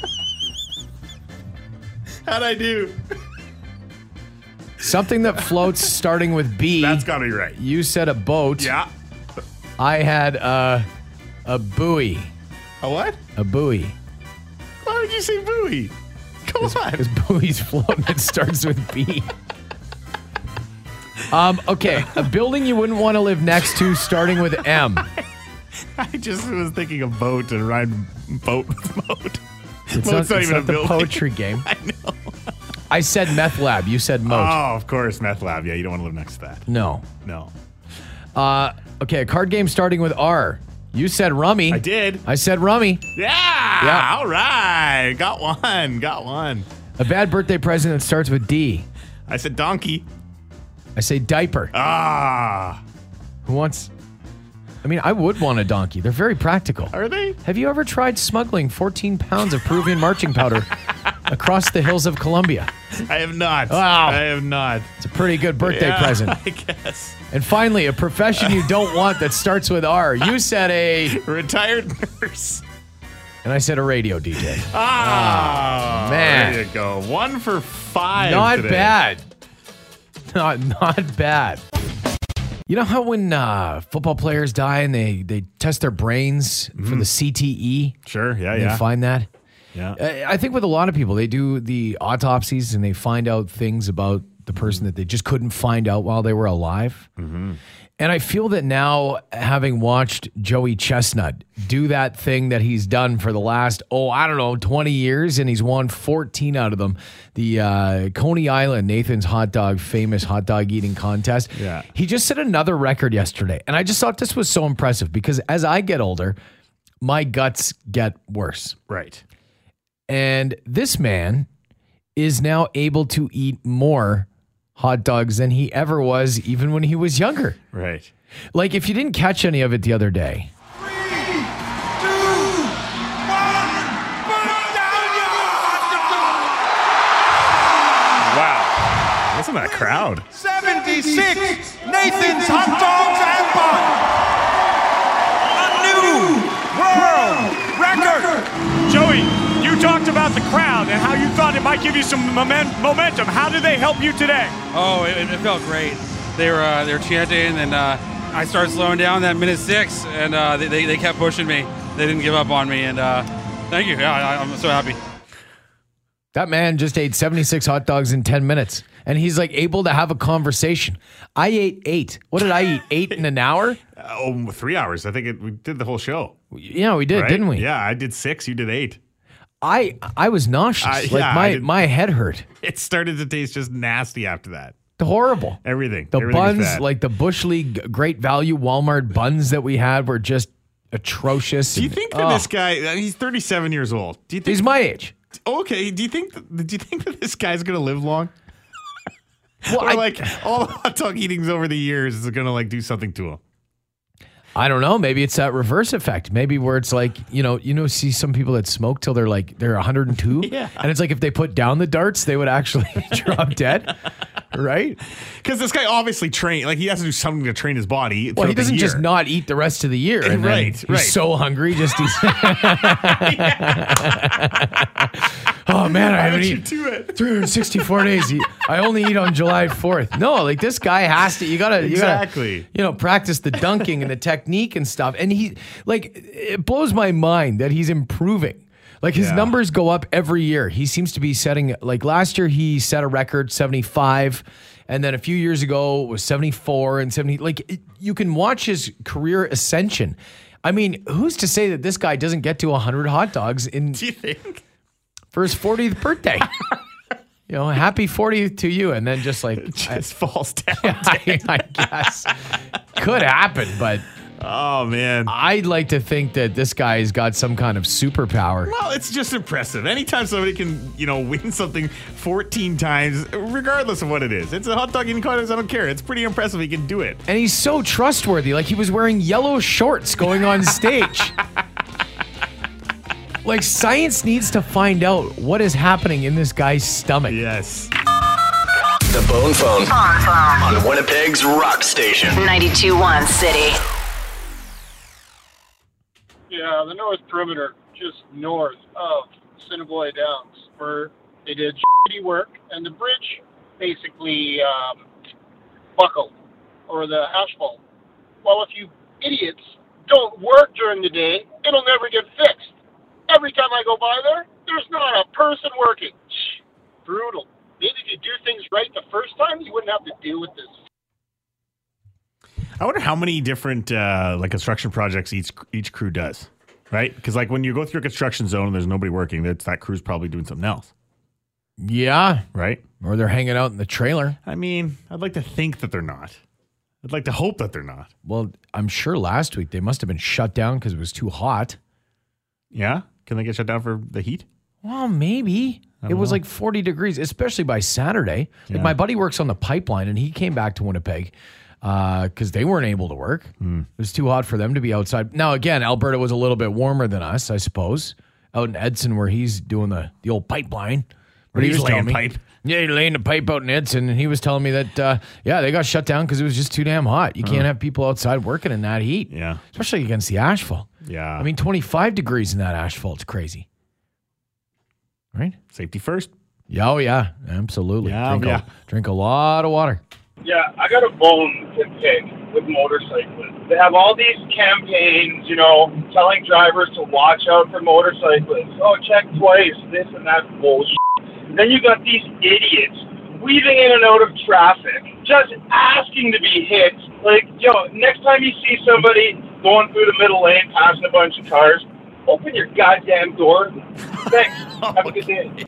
[SPEAKER 5] How'd I do?
[SPEAKER 3] Something that floats starting with B.
[SPEAKER 5] That's gotta be right.
[SPEAKER 3] you said a boat.
[SPEAKER 5] Yeah.
[SPEAKER 3] I had a, a buoy.
[SPEAKER 5] A what?
[SPEAKER 3] A buoy.
[SPEAKER 5] Why would you say buoy? Come on.
[SPEAKER 3] Because buoy's floating. It starts with B. Um, okay, a building you wouldn't want to live next to, starting with M.
[SPEAKER 5] I just was thinking of boat and rhyme boat with moat.
[SPEAKER 3] It's
[SPEAKER 5] Moat's not, even a
[SPEAKER 3] the
[SPEAKER 5] building.
[SPEAKER 3] poetry game. I know. I said meth lab. You said moat.
[SPEAKER 5] Oh, of course, meth lab. Yeah, you don't want to live next to that.
[SPEAKER 3] no.
[SPEAKER 5] No,
[SPEAKER 3] Uh, okay, a card game starting with R. You said rummy.
[SPEAKER 5] I did.
[SPEAKER 3] I said rummy.
[SPEAKER 5] Yeah.
[SPEAKER 3] Yeah.
[SPEAKER 5] All right. Got one. Got one.
[SPEAKER 3] A bad birthday present that starts with D.
[SPEAKER 5] I said donkey.
[SPEAKER 3] I say diaper.
[SPEAKER 5] Uh. Ah.
[SPEAKER 3] Who wants? I mean, I would want a donkey. They're very practical.
[SPEAKER 5] Are they?
[SPEAKER 3] Have you ever tried smuggling 14 pounds of Peruvian marching powder across the hills of Colombia?
[SPEAKER 5] I have not.
[SPEAKER 3] Wow.
[SPEAKER 5] I have not.
[SPEAKER 3] It's a pretty good birthday
[SPEAKER 5] Yeah,
[SPEAKER 3] present.
[SPEAKER 5] I guess.
[SPEAKER 3] And finally, a profession you don't want that starts with R. You said a,
[SPEAKER 5] Retired nurse.
[SPEAKER 3] and I said a radio DJ.
[SPEAKER 5] Ah.
[SPEAKER 3] man.
[SPEAKER 5] There you go. One for five.
[SPEAKER 3] Not
[SPEAKER 5] today.
[SPEAKER 3] bad. Not not bad. You know how when uh, football players die and they they test their brains
[SPEAKER 5] Mm-hmm.
[SPEAKER 3] for the E? CTE,
[SPEAKER 5] Sure. Yeah.
[SPEAKER 3] and
[SPEAKER 5] Yeah.
[SPEAKER 3] they find that.
[SPEAKER 5] Yeah.
[SPEAKER 3] I, I think with a lot of people, they do the autopsies and they find out things about the person that they just couldn't find out while they were alive.
[SPEAKER 5] Hmm.
[SPEAKER 3] And I feel that now, having watched Joey Chestnut do that thing that he's done for the last, oh, I don't know, 20 years, and he's won 14 out of them the uh, Coney Island, Nathan's hot dog, famous hot dog eating contest.
[SPEAKER 5] Yeah.
[SPEAKER 3] He just set another record yesterday. And I just thought this was so impressive because as I get older, my guts get worse.
[SPEAKER 5] right.
[SPEAKER 3] And this man is now able to eat more hot dogs than he ever was, even when he was younger.
[SPEAKER 5] Right.
[SPEAKER 3] Like, if you didn't catch any of it the other day,
[SPEAKER 5] Wow. Listen to that crowd.
[SPEAKER 4] 76 Nathan's Hot Dogs and Bun. A new world record.
[SPEAKER 7] Joey, you talked about the crowd and how you thought it might give you some momen- momentum. How did they help you today?
[SPEAKER 8] Oh, it, it felt great. They were uh, they were chanting, and uh, I started slowing down that minute six, and uh, they, they, they kept pushing me. They didn't give up on me, and uh, thank you. Yeah, I, I'm so happy.
[SPEAKER 3] that man just ate 76 hot dogs in 10 minutes. And he's like able to have a conversation. I ate eight. What did I eat? Eight in an hour?
[SPEAKER 5] Oh, three hours. I think it, we did the whole show.
[SPEAKER 3] Yeah, we did,
[SPEAKER 5] right?
[SPEAKER 3] didn't we?
[SPEAKER 5] Yeah, I did six. You did eight.
[SPEAKER 3] I I was nauseous.
[SPEAKER 5] I-
[SPEAKER 3] like
[SPEAKER 5] yeah, I
[SPEAKER 3] my,
[SPEAKER 5] did-
[SPEAKER 3] my head hurt.
[SPEAKER 5] It started to taste just nasty after that.
[SPEAKER 3] Horrible.
[SPEAKER 5] Everything.
[SPEAKER 3] The
[SPEAKER 5] everything was
[SPEAKER 3] buns,
[SPEAKER 5] bad.
[SPEAKER 3] like the Bush League Great Value Walmart buns that we had, were just atrocious.
[SPEAKER 5] Do you think that this guy? uh, He's 37 years old. Do you think?
[SPEAKER 3] He's my age.
[SPEAKER 5] okay. Do you think? that- Do you think that this guy's gonna live long?
[SPEAKER 3] Well,
[SPEAKER 5] Or
[SPEAKER 3] I,
[SPEAKER 5] like all the hot dog eatings over the years is gonna like do something to him?
[SPEAKER 3] I don't know. Maybe it's that reverse effect. Maybe where it's like you know, you know, see some people that smoke till they're like they're 102,
[SPEAKER 5] Yeah.
[SPEAKER 3] and it's like if they put down the darts, they would actually drop dead, right?
[SPEAKER 5] Because this guy obviously trained. Like he has to do something to train his body.
[SPEAKER 3] Well,
[SPEAKER 5] throughout
[SPEAKER 3] he
[SPEAKER 5] the
[SPEAKER 3] doesn't just
[SPEAKER 5] year.
[SPEAKER 3] not eat the rest of the year, and then
[SPEAKER 5] Right,
[SPEAKER 3] He's
[SPEAKER 5] right.
[SPEAKER 3] so hungry, just he's. oh man, I
[SPEAKER 5] Why
[SPEAKER 3] haven't
[SPEAKER 5] don't you
[SPEAKER 3] eaten.
[SPEAKER 5] do it?
[SPEAKER 3] 364 days. You- I only eat on July 4th. No, like this guy has to. You gotta you gotta,
[SPEAKER 5] Exactly.
[SPEAKER 3] you know practice the dunking and the technique and stuff. And he like it blows my mind that he's improving. Like his
[SPEAKER 5] Yeah.
[SPEAKER 3] numbers go up every year. He seems to be setting like last year he set a record 75 and then a few years ago it was 74 and 70 like it, you can watch his career ascension. I mean, who's to say that this guy doesn't get to 100 hot dogs in
[SPEAKER 5] Do you think?
[SPEAKER 3] for his 40th birthday. you know, happy 40th to you. And then just like,
[SPEAKER 5] Just falls down.
[SPEAKER 3] I, I guess could happen, but
[SPEAKER 5] Oh man.
[SPEAKER 3] I'd like to think that this guy's got some kind of superpower.
[SPEAKER 5] Well, it's just impressive. Anytime somebody can, you know, win something 14 times, regardless of what it is. It's a hot dog eating contest. I don't care. It's pretty impressive he can do it.
[SPEAKER 3] And he's so trustworthy. Like he was wearing yellow shorts going on stage. like science needs to find out what is happening in this guy's stomach.
[SPEAKER 5] Yes.
[SPEAKER 9] The Bone Phone on Winnipeg's Rock Station.
[SPEAKER 1] 92.1 City.
[SPEAKER 10] Yeah, the north perimeter, just north of Cinnaboy Downs, where they did shitty work, and the bridge basically um, buckled, or the asphalt. Well, if you idiots don't work during the day, it'll never get fixed. Every time I go by there, there's not a person working. Brutal. Maybe if you do things right the first time, you wouldn't have to deal with this
[SPEAKER 5] I wonder how many different uh, like construction projects each each crew does, right? Because like when you go through a construction zone and there's nobody working, that's that crew's probably doing something else,
[SPEAKER 3] Yeah.
[SPEAKER 5] right?
[SPEAKER 3] Or they're hanging out in the trailer.
[SPEAKER 5] I mean, I'd like to think that they're not. I'd like to hope that they're not.
[SPEAKER 3] Well, I'm sure last week they must have been shut down because it was too hot.
[SPEAKER 5] Yeah, can they get shut down for the heat?
[SPEAKER 3] Well, maybe. It was like 40 degrees, especially by Saturday. Like my buddy works on the pipeline and he came back to Winnipeg because they weren't able to work.
[SPEAKER 5] Hmm.
[SPEAKER 3] It was too hot for them to be outside. Now, again, Alberta was a little bit warmer than us, I suppose, out in Edson where he's doing the, the old pipeline. But
[SPEAKER 5] he's
[SPEAKER 3] telling
[SPEAKER 5] laying
[SPEAKER 3] me-
[SPEAKER 5] pipe.
[SPEAKER 3] Yeah, he laying the pipe out in Edson, and he was telling me that uh, yeah, they got shut down because it was just too damn hot. You can't have people outside working in that heat.
[SPEAKER 5] Yeah.
[SPEAKER 3] especially against the asphalt.
[SPEAKER 5] Yeah.
[SPEAKER 3] I mean, twenty five degrees in that asphalt's crazy, right?
[SPEAKER 5] safety first.
[SPEAKER 3] Yeah, oh yeah, absolutely.
[SPEAKER 5] Yeah,
[SPEAKER 3] drink,
[SPEAKER 5] yeah.
[SPEAKER 3] A, drink a lot of water.
[SPEAKER 10] Yeah, I got a bone to pick with motorcyclists. They have all these campaigns, you know, telling drivers to watch out for motorcyclists. Oh, check twice, this and that bullshit. Then you got these idiots weaving in and out of traffic, just asking to be hit. Like, yo, next time you see somebody going through the middle lane, passing a bunch of cars, open your goddamn door. Thanks. Have a good day.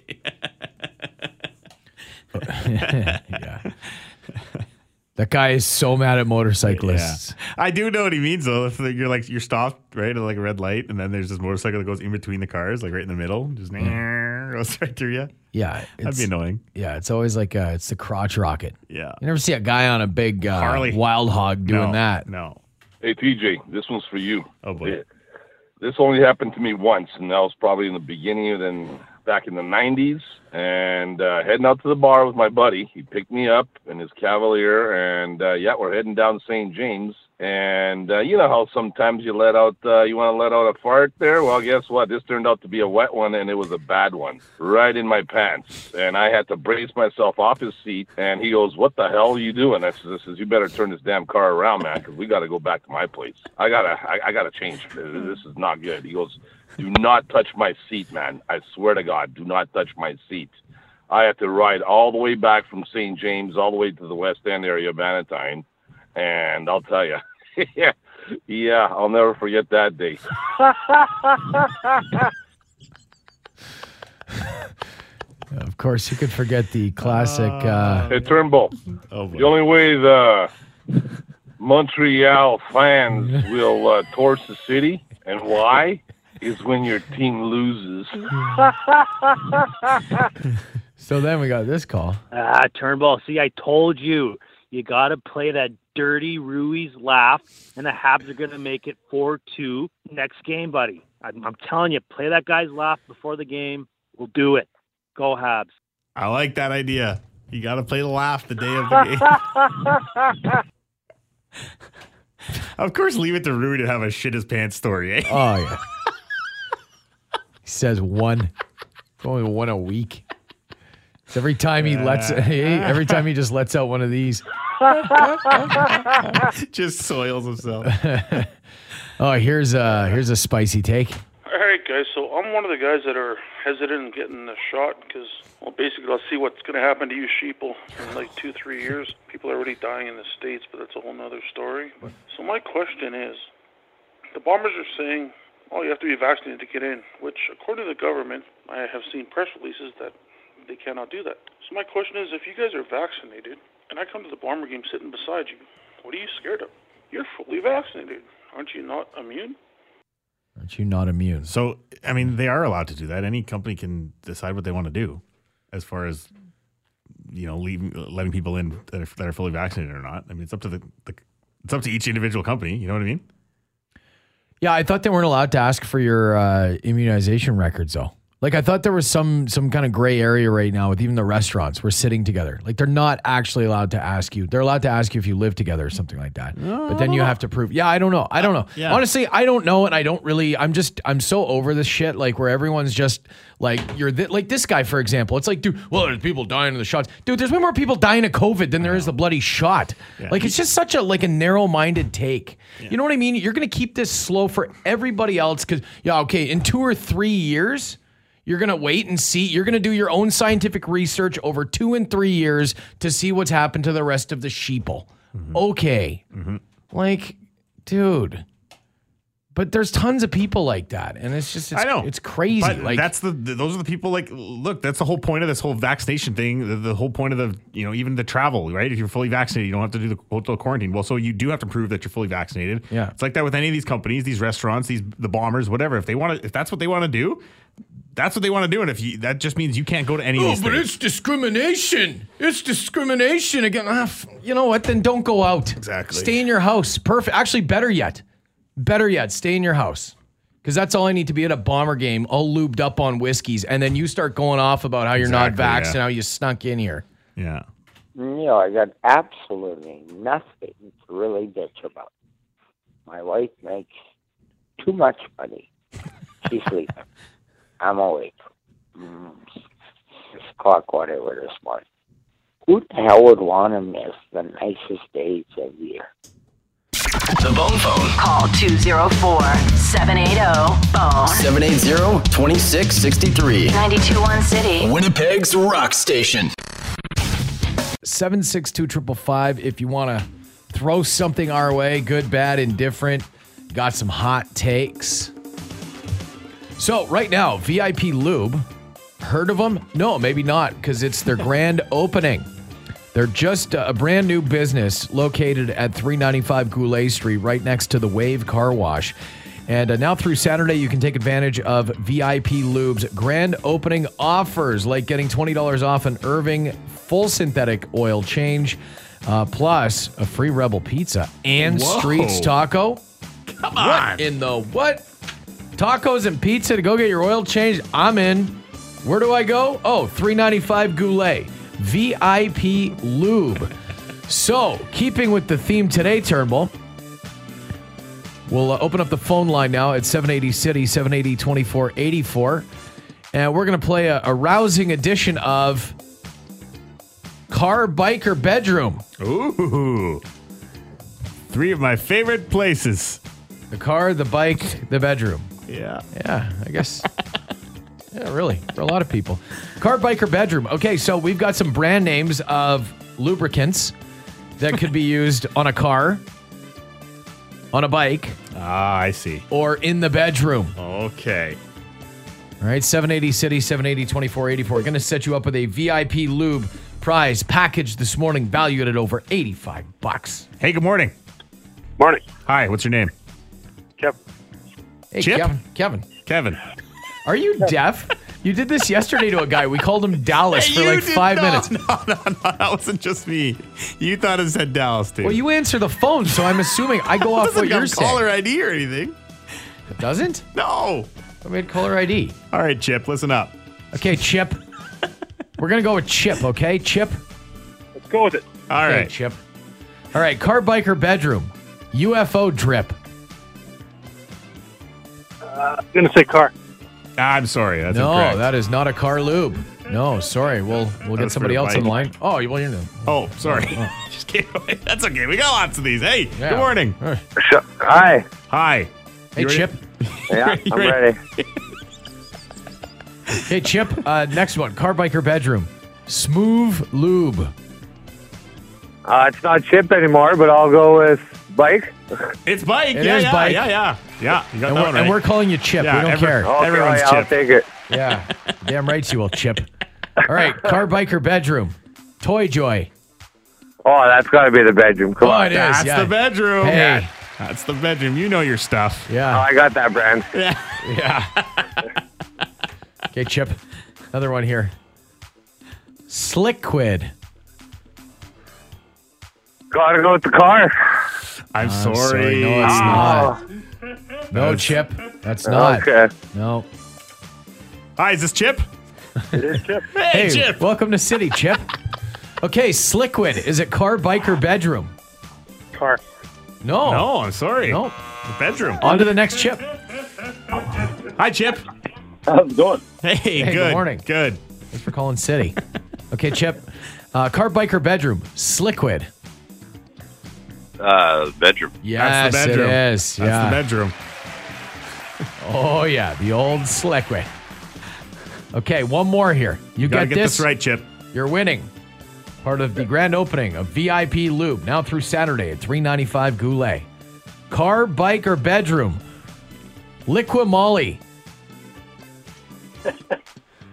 [SPEAKER 3] That guy is so mad at motorcyclists.
[SPEAKER 5] I do know what he means though. If you're like you're stopped right at like a red light, and then there's this motorcycle that goes in between the cars, like right in the middle, just goes right through you.
[SPEAKER 3] Yeah,
[SPEAKER 5] That'd
[SPEAKER 3] Mm. it's,
[SPEAKER 5] be annoying.
[SPEAKER 3] yeah, it's always like uh, it's the crotch rocket.
[SPEAKER 5] Yeah.
[SPEAKER 3] You never see a guy on a big uh,
[SPEAKER 5] Harley.
[SPEAKER 3] wild hog doing
[SPEAKER 5] no,
[SPEAKER 3] that.
[SPEAKER 5] No.
[SPEAKER 11] Hey, TJ, this one's for you.
[SPEAKER 5] Oh boy.
[SPEAKER 11] This only happened to me once, and that was probably in the beginning of then back in the 90s. And uh, heading out to the bar with my buddy, he picked me up in his Cavalier, and uh, yeah, we're heading down St. James. And uh, you know how sometimes you let out, uh, you want to let out a fart there? Well, guess what? This turned out to be a wet one, and it was a bad one, right in my pants. And I had to brace myself off his seat. And he goes, "What the hell are you doing?" I says, I says "You better turn this damn car around, man, 'cause we got to go back to my place. I gotta, I, I gotta change. This is not good." He goes, "Do not touch my seat, man. I swear to God, do not touch my seat." I have to ride all the way back from St. James all the way to the West End area of Bannatyne, and I'll tell you, yeah, yeah, I'll never forget that day.
[SPEAKER 3] Of course, you could forget the classic. Uh,
[SPEAKER 11] Hey Turnbull,
[SPEAKER 5] Oh
[SPEAKER 11] the
[SPEAKER 5] boy.
[SPEAKER 11] only way the Montreal fans will uh, torch the city and why is when your team loses.
[SPEAKER 3] so then we got this call.
[SPEAKER 12] Ah, Turnbull. See, I told you. You got to play that dirty Ruiz laugh, and the Habs are going to make it 4 2 next game, buddy. I'm, I'm telling you, play that guy's laugh before the game. We'll do it. Go, Habs.
[SPEAKER 5] I like that idea. You got to play the laugh the day of the game. of course, leave it to Rui to have a shit his pants story. Eh?
[SPEAKER 3] Oh yeah. he says one, only one a week. It's every time he lets, hey, every time he just lets out one of these.
[SPEAKER 5] Just soils himself.
[SPEAKER 3] Oh, here's a here's a spicy take.
[SPEAKER 13] All right, guys. So I'm one of the guys that are hesitant in getting the shot because, well, basically, I'll see what's going to happen to you, sheeple, in like two, three years. People are already dying in the states, but that's a whole nother story. So my question is, the bombers are saying, oh, you have to be vaccinated to get in, which, according to the government, I have seen press releases that they cannot do that. So my question is, if you guys are vaccinated and I come to the bomber game sitting beside you, what are you scared of? You're fully vaccinated, aren't you? Not immune?
[SPEAKER 3] Aren't you not immune?
[SPEAKER 5] So, I mean, they are allowed to do that. Any company can decide what they want to do, as far as you know, leaving letting people in that are, that are fully vaccinated or not. I mean, it's up to the, the it's up to each individual company. You know what I mean?
[SPEAKER 3] Yeah, I thought they weren't allowed to ask for your uh, immunization records though. Like I thought there was some some kind of gray area right now with even the restaurants we're sitting together. Like they're not actually allowed to ask you. They're allowed to ask you if you live together or something like that. but then you have to prove. Yeah, I don't know. I don't know.
[SPEAKER 5] yeah.
[SPEAKER 3] Honestly, I don't know and I don't really I'm just I'm so over this shit like where everyone's just like you're th- like this guy for example. It's like dude, well there's people dying in the shots. Dude, there's way more people dying of COVID than there is the bloody shot. Like it's just such a like a narrow-minded take. You know what I mean? You're going to keep this slow for everybody else cuz yeah, okay, in 2 or 3 years you're going to wait and see. You're going to do your own scientific research over
[SPEAKER 5] Mm-hmm.
[SPEAKER 3] 2 and 3 years to see what's happened to the rest of the sheeple. Okay. Like, dude. But there's tons of people like that, and it's just it's,
[SPEAKER 5] I know
[SPEAKER 3] it's crazy.
[SPEAKER 5] But
[SPEAKER 3] like
[SPEAKER 5] that's the th- those are the people. Like, look, that's the whole point of this whole vaccination thing. The, the whole point of the you know even the travel, right? If you're fully vaccinated, you don't have to do the hotel quarantine. Well, so you do have to prove that you're fully vaccinated.
[SPEAKER 3] Yeah.
[SPEAKER 5] it's like that with any of these companies, these restaurants, these the bombers, whatever. If they want to, if that's what they want to do, that's what they want to do. And if you that just means you can't go to any. of
[SPEAKER 3] Oh,
[SPEAKER 5] these
[SPEAKER 3] but
[SPEAKER 5] things.
[SPEAKER 3] it's discrimination. It's discrimination again. Ah, f- you know what? Then don't go out.
[SPEAKER 5] Exactly.
[SPEAKER 3] Stay in your house. Perfect. Actually, better yet, better yet, stay in your house. Because that's all I need to be at a bomber game, all lubed up on whiskeys, and then you start going off about how you're
[SPEAKER 14] Exactly,
[SPEAKER 3] not vaxxed
[SPEAKER 14] yeah.
[SPEAKER 3] and how you snuck in here.
[SPEAKER 5] Yeah.
[SPEAKER 14] No, I got absolutely nothing to really bitch about. My wife makes too much money. She's sleeping. I'm awake. Mm, Six o'clock, whatever this morning. Who the hell would want to miss the nicest days of the year?
[SPEAKER 1] The Bone Phone. Call 204 780 Bone.
[SPEAKER 9] 780-2663.
[SPEAKER 1] 921 City.
[SPEAKER 9] Winnipeg's Rock Station.
[SPEAKER 3] 762 555 if you want to throw something our way, good, bad, indifferent. Got some hot takes. So, right now, VIP Lube, heard of them? No, maybe not, because it's their grand opening. They're just a brand new business located at 395 Goulet Street, right next to the Wave Car Wash. And uh, now through Saturday, you can take advantage of VIP Lube's grand opening offers, like getting $20 off an Irving full synthetic oil change, uh, plus a free Rebel pizza and
[SPEAKER 5] Whoa.
[SPEAKER 3] Streets Taco.
[SPEAKER 5] Come
[SPEAKER 3] What in the what? Tacos and pizza to go get your oil changed. I'm in. Where do I go? Oh, 395 Goulet. VIP lube. so, keeping with the theme today, Turnbull, we'll uh, open up the phone line now at 780 City, 780 2484. And we're going to play a, a rousing edition of Car Biker Bedroom.
[SPEAKER 5] Ooh. Three of my favorite places.
[SPEAKER 3] The car, the bike, the bedroom.
[SPEAKER 5] Yeah.
[SPEAKER 3] Yeah, I guess. yeah, really. For a lot of people. Car biker bedroom. Okay, so we've got some brand names of lubricants that could be used on a car, on a bike.
[SPEAKER 5] Ah, I see.
[SPEAKER 3] Or in the bedroom.
[SPEAKER 5] Okay.
[SPEAKER 3] All right, 780 City, 780 2484. Going to set you up with a VIP lube prize package this morning, valued at over 85 bucks.
[SPEAKER 5] Hey, good morning.
[SPEAKER 15] Morning.
[SPEAKER 5] Hi, what's your name?
[SPEAKER 15] Kevin.
[SPEAKER 3] Hey,
[SPEAKER 5] Chip?
[SPEAKER 3] Kevin. Kevin.
[SPEAKER 5] Kevin.
[SPEAKER 3] Are you deaf? You did this yesterday to a guy. We called him Dallas
[SPEAKER 5] Hey,
[SPEAKER 3] for
[SPEAKER 5] you
[SPEAKER 3] like
[SPEAKER 5] did-
[SPEAKER 3] five
[SPEAKER 5] no,
[SPEAKER 3] minutes.
[SPEAKER 5] No, no, no, that wasn't just me. You thought it said Dallas, dude.
[SPEAKER 3] Well, you answer the phone, so I'm assuming I go off
[SPEAKER 5] doesn't
[SPEAKER 3] what
[SPEAKER 5] have
[SPEAKER 3] you're saying.
[SPEAKER 5] caller ID or anything.
[SPEAKER 3] It doesn't?
[SPEAKER 5] No.
[SPEAKER 3] I made caller ID.
[SPEAKER 5] All right, Chip, listen up.
[SPEAKER 3] Okay, Chip. We're going to go with Chip, okay? Chip.
[SPEAKER 15] Let's go with it.
[SPEAKER 5] All right,
[SPEAKER 3] Chip. All right, car biker bedroom. UFO drip.
[SPEAKER 15] I'm gonna say car.
[SPEAKER 5] I'm sorry. That's
[SPEAKER 3] no,
[SPEAKER 5] incorrect.
[SPEAKER 3] that is not a car lube. No, sorry. We'll we'll
[SPEAKER 5] That
[SPEAKER 3] get
[SPEAKER 5] was
[SPEAKER 3] somebody
[SPEAKER 5] for the
[SPEAKER 3] else in
[SPEAKER 5] bike.
[SPEAKER 3] line. Oh, you well, you're new.
[SPEAKER 5] Oh, sorry. Just kidding. That's okay. We got lots of these. Hey,
[SPEAKER 3] Yeah.
[SPEAKER 5] good morning.
[SPEAKER 15] Hi.
[SPEAKER 5] Hi.
[SPEAKER 3] Hey,
[SPEAKER 5] You ready?
[SPEAKER 3] Chip.
[SPEAKER 5] Yeah, You I'm ready?
[SPEAKER 3] Hey, Chip. Uh, next one, car biker bedroom. Smooth lube.
[SPEAKER 15] Uh, it's not chipped anymore, but I'll go with bike.
[SPEAKER 5] It's bike.
[SPEAKER 3] It
[SPEAKER 5] yeah,
[SPEAKER 3] is
[SPEAKER 5] yeah,
[SPEAKER 3] bike.
[SPEAKER 5] yeah, yeah. Yeah, you
[SPEAKER 3] And
[SPEAKER 5] got that
[SPEAKER 3] we're,
[SPEAKER 5] one
[SPEAKER 3] and
[SPEAKER 5] right.
[SPEAKER 3] we're calling you Chip.
[SPEAKER 5] Yeah,
[SPEAKER 3] we don't
[SPEAKER 5] every-
[SPEAKER 3] care.
[SPEAKER 5] Okay, everyone's I'll Chip.
[SPEAKER 15] take it.
[SPEAKER 3] Yeah, damn right you will, Chip. All right, car biker bedroom. Toy Joy.
[SPEAKER 15] Oh, that's got to be the bedroom. Come
[SPEAKER 3] Oh,
[SPEAKER 15] on.
[SPEAKER 3] it is.
[SPEAKER 5] That's
[SPEAKER 3] yeah.
[SPEAKER 5] the bedroom.
[SPEAKER 3] Hey.
[SPEAKER 5] Yeah. That's the bedroom. You know your stuff.
[SPEAKER 15] Oh,
[SPEAKER 3] Yeah.
[SPEAKER 15] I got that brand.
[SPEAKER 5] Yeah.
[SPEAKER 3] Yeah. okay, Chip. Another one here. Sliquid.
[SPEAKER 15] Gotta go with the car.
[SPEAKER 5] I'm, sorry.
[SPEAKER 3] sorry, no, it's
[SPEAKER 15] Ah.
[SPEAKER 3] not. No,
[SPEAKER 5] That's-
[SPEAKER 3] Chip. That's not.
[SPEAKER 15] Okay.
[SPEAKER 3] No.
[SPEAKER 5] Hi, is this Chip?
[SPEAKER 15] It is chip.
[SPEAKER 5] Hey, Chip.
[SPEAKER 3] Welcome to City, Chip. okay, Sliquid. Is it car, bike, or bedroom?
[SPEAKER 15] Car.
[SPEAKER 3] No.
[SPEAKER 5] No, I'm sorry.
[SPEAKER 3] No. Uh,
[SPEAKER 5] The bedroom.
[SPEAKER 3] On to the next chip.
[SPEAKER 5] Hi, Chip.
[SPEAKER 15] How's it going?
[SPEAKER 5] Hey,
[SPEAKER 3] good
[SPEAKER 5] good.
[SPEAKER 3] morning.
[SPEAKER 5] Good.
[SPEAKER 3] Thanks for calling City. Okay, Chip. Uh, car, bike, or bedroom? Sliquid.
[SPEAKER 16] Uh, bedroom.
[SPEAKER 3] Yes,
[SPEAKER 5] That's the bedroom.
[SPEAKER 3] it is.
[SPEAKER 5] That's
[SPEAKER 3] yeah.
[SPEAKER 5] the bedroom.
[SPEAKER 3] Oh yeah, the old Sliquid. Okay, one more here. You
[SPEAKER 5] You gotta
[SPEAKER 3] get,
[SPEAKER 5] get
[SPEAKER 3] this.
[SPEAKER 5] this right, Chip.
[SPEAKER 3] You're winning. part of the grand opening of VIP Lube now through Saturday at 395 Goulet. Car, bike, or bedroom? Liquimolly.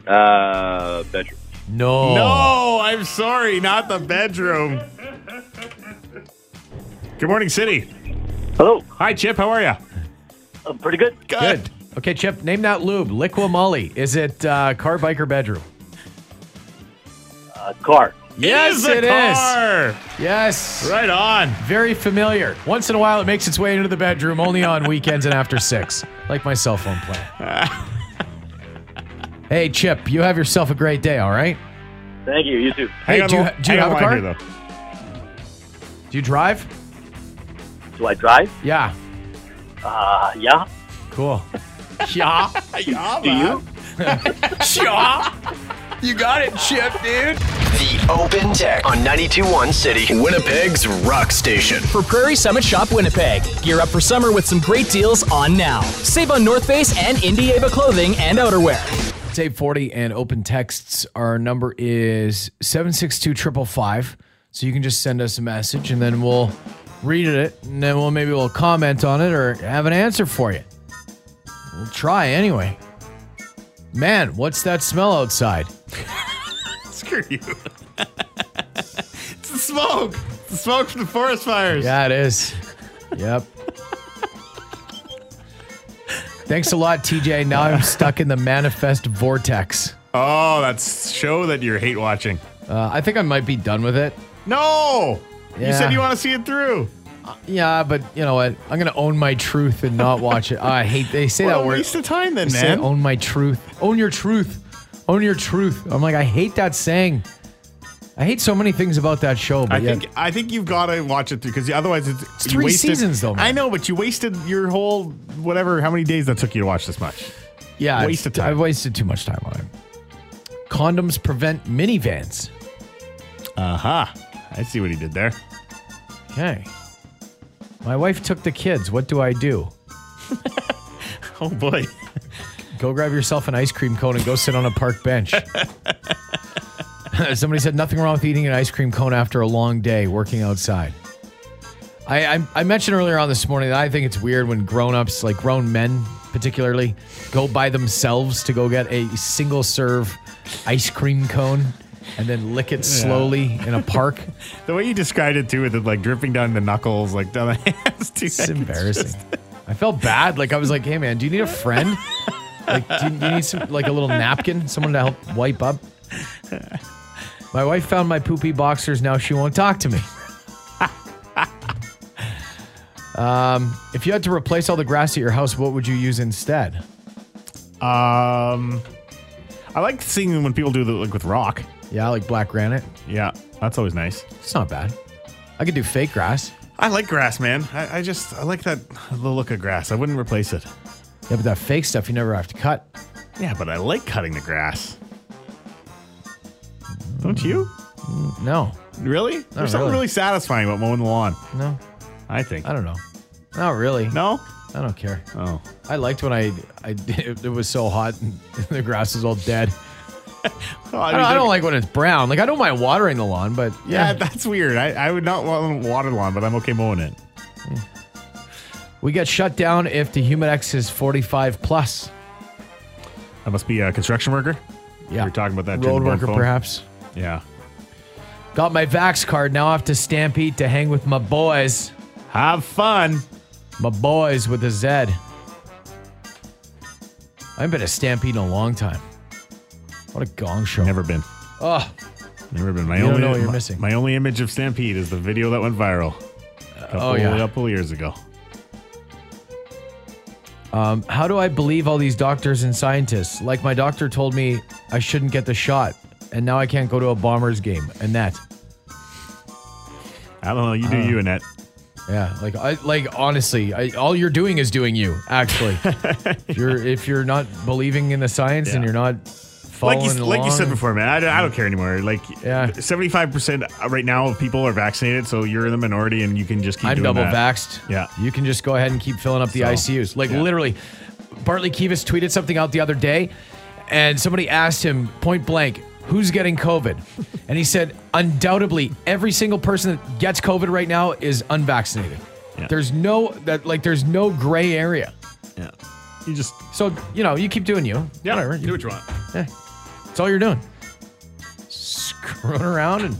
[SPEAKER 16] Uh, bedroom.
[SPEAKER 3] No.
[SPEAKER 5] No, I'm sorry, not the bedroom. Good morning, City.
[SPEAKER 17] Hello.
[SPEAKER 5] Hi, Chip. How are you?
[SPEAKER 17] I'm pretty good.
[SPEAKER 3] Good. Okay, Chip, name that lube. Liquimolly. Is it uh, car, bike, or bedroom?
[SPEAKER 17] Uh, car.
[SPEAKER 3] Yes, it
[SPEAKER 5] it
[SPEAKER 3] is.
[SPEAKER 5] is. a car.
[SPEAKER 3] Yes.
[SPEAKER 5] Right on.
[SPEAKER 3] Very familiar. Once in a while, it makes its way into the bedroom, only on weekends and after six, like my cell phone plan. hey, Chip, you have yourself a great day, all right?
[SPEAKER 17] Thank you. You too.
[SPEAKER 3] Hey, do you, ha- do you have a car?
[SPEAKER 5] though.
[SPEAKER 3] Do you drive?
[SPEAKER 17] Do I drive?
[SPEAKER 3] Yeah.
[SPEAKER 17] Uh, yeah.
[SPEAKER 3] Cool. Yeah.
[SPEAKER 5] yeah,
[SPEAKER 17] Do you?
[SPEAKER 3] Shaw. You got it, Chip, dude.
[SPEAKER 9] The Open Tech on 921 City, Winnipeg's rock station.
[SPEAKER 18] For Prairie Summit Shop Winnipeg, gear up for summer with some great deals on now. Save on North Face and Indieva clothing and outerwear.
[SPEAKER 3] It's 840 and open texts. Our number is 762-555. So you can just send us a message and then we'll read it and then we'll maybe we'll comment on it or have an answer for you. We'll try anyway. Man, what's that smell outside?
[SPEAKER 5] Screw you. it's the smoke. It's the smoke from the forest fires.
[SPEAKER 3] Yeah, it is. Yep. Thanks a lot, TJ. Now I'm stuck in the manifest vortex.
[SPEAKER 5] Oh, that's show that you hate watching.
[SPEAKER 3] Uh, I think I might be done with it.
[SPEAKER 5] No. You
[SPEAKER 3] Yeah.
[SPEAKER 5] said you want to see it through.
[SPEAKER 3] Yeah, but you know what? I'm gonna own my truth and not watch it. I hate they say
[SPEAKER 5] What
[SPEAKER 3] that
[SPEAKER 5] a
[SPEAKER 3] word.
[SPEAKER 5] waste of time then,
[SPEAKER 3] They say,
[SPEAKER 5] man.
[SPEAKER 3] own my truth. Own your truth. Own your truth. I'm like, I hate that saying. I hate so many things about that show. But
[SPEAKER 5] I
[SPEAKER 3] yet,
[SPEAKER 5] think I think you've got to watch it through because otherwise it's, you
[SPEAKER 3] three
[SPEAKER 5] wasted-
[SPEAKER 3] seasons, though, man.
[SPEAKER 5] I know, but you wasted your whole whatever how many days that took you to watch this much.
[SPEAKER 3] yeah, it's-
[SPEAKER 5] waste of time.
[SPEAKER 3] I've wasted too much time on it. Condoms prevent minivans. Uh-huh.
[SPEAKER 5] Aha! I see what he did there.
[SPEAKER 3] Okay. My wife took the kids. What do I do?
[SPEAKER 5] oh boy.
[SPEAKER 3] Go grab yourself an ice cream cone and go sit on a park bench. Somebody said nothing wrong with eating an ice cream cone after a long day working outside. I, I, I mentioned earlier on this morning that I think it's weird when grown-ups, like grown men particularly, go by themselves to go get a single serve ice cream cone and then lick it slowly in a park.
[SPEAKER 5] The way you described it too, with it like dripping down the knuckles, like down the hands. Too,
[SPEAKER 3] It's embarrassing. I felt bad. Like I was like, "Hey, man, do you need a friend? Like, do you, do you need some like a little napkin, someone to help wipe up?" My wife found my poopy boxers. Now she won't talk to me. um, if you had to replace all the grass at your house, what would you use instead?
[SPEAKER 5] Um, I like seeing when people do the like with rock.
[SPEAKER 3] Yeah, like black granite.
[SPEAKER 5] Yeah, that's always nice.
[SPEAKER 3] It's not bad. I could do fake grass.
[SPEAKER 5] I like grass, man. I, I just I like that the look of grass. I wouldn't replace it.
[SPEAKER 3] Yeah, but that fake stuff you never have to cut.
[SPEAKER 5] Yeah, but I like cutting the grass. Don't you?
[SPEAKER 3] No,
[SPEAKER 5] Really? There's something
[SPEAKER 3] really.
[SPEAKER 5] really satisfying about mowing the lawn.
[SPEAKER 3] no,
[SPEAKER 5] I think.
[SPEAKER 3] I don't know. Not really.
[SPEAKER 5] No.
[SPEAKER 3] I don't care.
[SPEAKER 5] Oh.
[SPEAKER 3] I liked when I, I did- it was so hot and the grass was all dead.
[SPEAKER 5] Oh,
[SPEAKER 3] I, don't, I don't like when it's brown. Like I don't mind watering the lawn, but
[SPEAKER 5] Yeah,
[SPEAKER 3] yeah,
[SPEAKER 5] that's weird. I, I would not want to water lawn, but I'm okay mowing it.
[SPEAKER 3] we get shut down if the Humidex is 45 plus.
[SPEAKER 5] I must be a construction worker.
[SPEAKER 3] Yeah.
[SPEAKER 5] We were talking about that. during
[SPEAKER 3] Road
[SPEAKER 5] the
[SPEAKER 3] worker,
[SPEAKER 5] phone.
[SPEAKER 3] perhaps.
[SPEAKER 5] Yeah.
[SPEAKER 3] Got my Vax card. Now I have to Stampede to hang with my boys.
[SPEAKER 5] Have fun.
[SPEAKER 3] My boys with a Z. I haven't been to Stampede in a long time. What a gong show.
[SPEAKER 5] Never been.
[SPEAKER 3] Oh,
[SPEAKER 5] Never been. My
[SPEAKER 3] You don't
[SPEAKER 5] only
[SPEAKER 3] know what you're
[SPEAKER 5] my,
[SPEAKER 3] missing.
[SPEAKER 5] my only image of Stampede is the video that went viral. A couple,
[SPEAKER 3] oh, yeah.
[SPEAKER 5] couple years ago.
[SPEAKER 3] Um, how do I believe all these doctors and scientists? Like my doctor told me I shouldn't get the shot, and now I can't go to a Bombers game. Annette.
[SPEAKER 5] I don't know.
[SPEAKER 3] Uh,
[SPEAKER 5] You do you, Annette.
[SPEAKER 3] Yeah, like I like honestly, I, all you're doing is doing you. Actually, if you're if you're not believing in the science and
[SPEAKER 5] Yeah.
[SPEAKER 3] you're not following
[SPEAKER 5] like you,
[SPEAKER 3] along,
[SPEAKER 5] like you said before, man, I, don't- I don't care anymore. Like, seventy-five percent right now of people are vaccinated, so you're in the minority, and you can just keep.
[SPEAKER 3] I'm
[SPEAKER 5] doing
[SPEAKER 3] double
[SPEAKER 5] that.
[SPEAKER 3] vaxxed.
[SPEAKER 5] Yeah.
[SPEAKER 3] You can just go ahead and keep filling up the
[SPEAKER 5] So,
[SPEAKER 3] ICUs. Like
[SPEAKER 5] yeah.
[SPEAKER 3] literally, Bartley Kivas tweeted something out the other day, and somebody asked him point blank, who's getting COVID? and he said, undoubtedly, every single person that gets COVID right now is unvaccinated. There's no that like there's no gray area.
[SPEAKER 5] Yeah. You just
[SPEAKER 3] so you know, you keep doing you.
[SPEAKER 5] Yeah,
[SPEAKER 3] Whatever.
[SPEAKER 5] do what you want.
[SPEAKER 3] Yeah. That's all you're doing. Screwing around and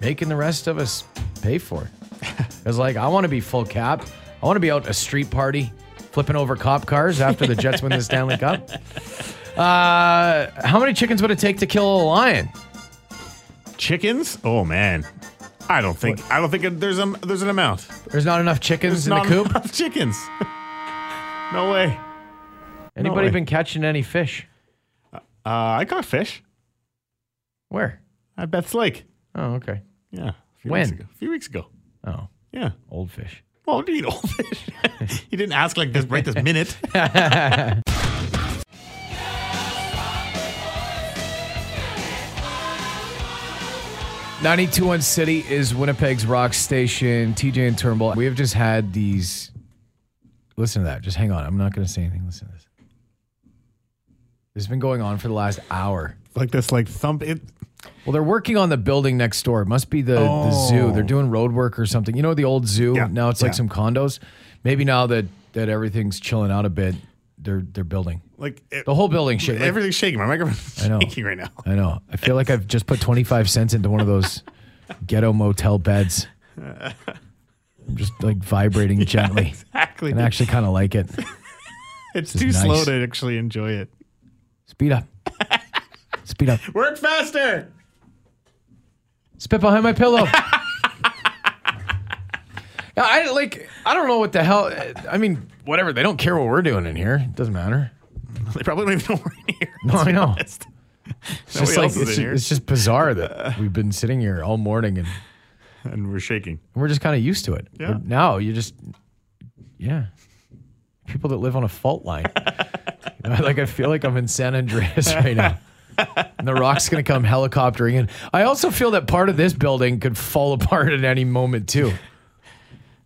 [SPEAKER 3] making the rest of us pay for it. It's like I want to be full cap. I want to be out at a street party flipping over cop cars after the Jets win the Stanley Cup. Uh, how many chickens would it take to kill a lion?
[SPEAKER 5] Chickens? Oh man. I don't think I don't think there's a there's an amount.
[SPEAKER 3] There's not enough chickens
[SPEAKER 5] There's
[SPEAKER 3] in the
[SPEAKER 5] not
[SPEAKER 3] coop.
[SPEAKER 5] enough chickens. no way.
[SPEAKER 3] Anybody
[SPEAKER 5] way.
[SPEAKER 3] been catching any fish?
[SPEAKER 5] Uh, I caught fish.
[SPEAKER 3] Where?
[SPEAKER 5] At Beth's Lake.
[SPEAKER 3] Oh, okay.
[SPEAKER 5] Yeah. a few
[SPEAKER 3] When?
[SPEAKER 5] weeks ago. A few weeks ago.
[SPEAKER 3] Oh.
[SPEAKER 5] Yeah.
[SPEAKER 3] Old fish.
[SPEAKER 5] Well, what do you mean old fish? you didn't ask like this right this minute.
[SPEAKER 3] Ninety-two one City is Winnipeg's rock station. TJ and Turnbull. We have just had these. Listen to that. Just hang on. I'm not going to say anything. Listen to this. This has been going on for the last hour.
[SPEAKER 5] like this like thump it
[SPEAKER 3] Well, they're working on the building next door. It must be the, the zoo. They're doing road work or something. You know the old zoo? Now it's like
[SPEAKER 5] Oh. yeah.
[SPEAKER 3] some condos. Maybe now that, that everything's chilling out a bit, they're they're building.
[SPEAKER 5] like it,
[SPEAKER 3] The whole building shake. like-
[SPEAKER 5] everything's shaking. My microphone's
[SPEAKER 3] I know.
[SPEAKER 5] shaking right now.
[SPEAKER 3] I know. I feel like I've just put 25 cents into one of those ghetto motel beds. I'm just like vibrating gently.
[SPEAKER 5] exactly.
[SPEAKER 3] And I actually kind of like it.
[SPEAKER 5] It's
[SPEAKER 3] This
[SPEAKER 5] too
[SPEAKER 3] is
[SPEAKER 5] slow
[SPEAKER 3] nice.
[SPEAKER 5] to actually enjoy it.
[SPEAKER 3] Speed up. Speed up.
[SPEAKER 5] Work faster.
[SPEAKER 3] Spit behind my pillow. Yeah, I like. I don't know what the hell. I mean, whatever. They don't care what we're doing in here. It doesn't matter.
[SPEAKER 5] They probably don't even know we're in here.
[SPEAKER 3] No,
[SPEAKER 5] let's
[SPEAKER 3] I
[SPEAKER 5] be
[SPEAKER 3] know.
[SPEAKER 5] honest.
[SPEAKER 3] It's just
[SPEAKER 5] Nobody
[SPEAKER 3] like
[SPEAKER 5] else is
[SPEAKER 3] it's,
[SPEAKER 5] in here.
[SPEAKER 3] it's just bizarre that we've been sitting here all morning and
[SPEAKER 5] and we're shaking.
[SPEAKER 3] we're just kind of used to it.
[SPEAKER 5] Yeah.
[SPEAKER 3] But now you just, yeah, people that live on a fault line. You know, like I feel like I'm in San Andreas right now. And the rock's gonna come helicoptering in. I also feel that part of this building could fall apart at any moment too.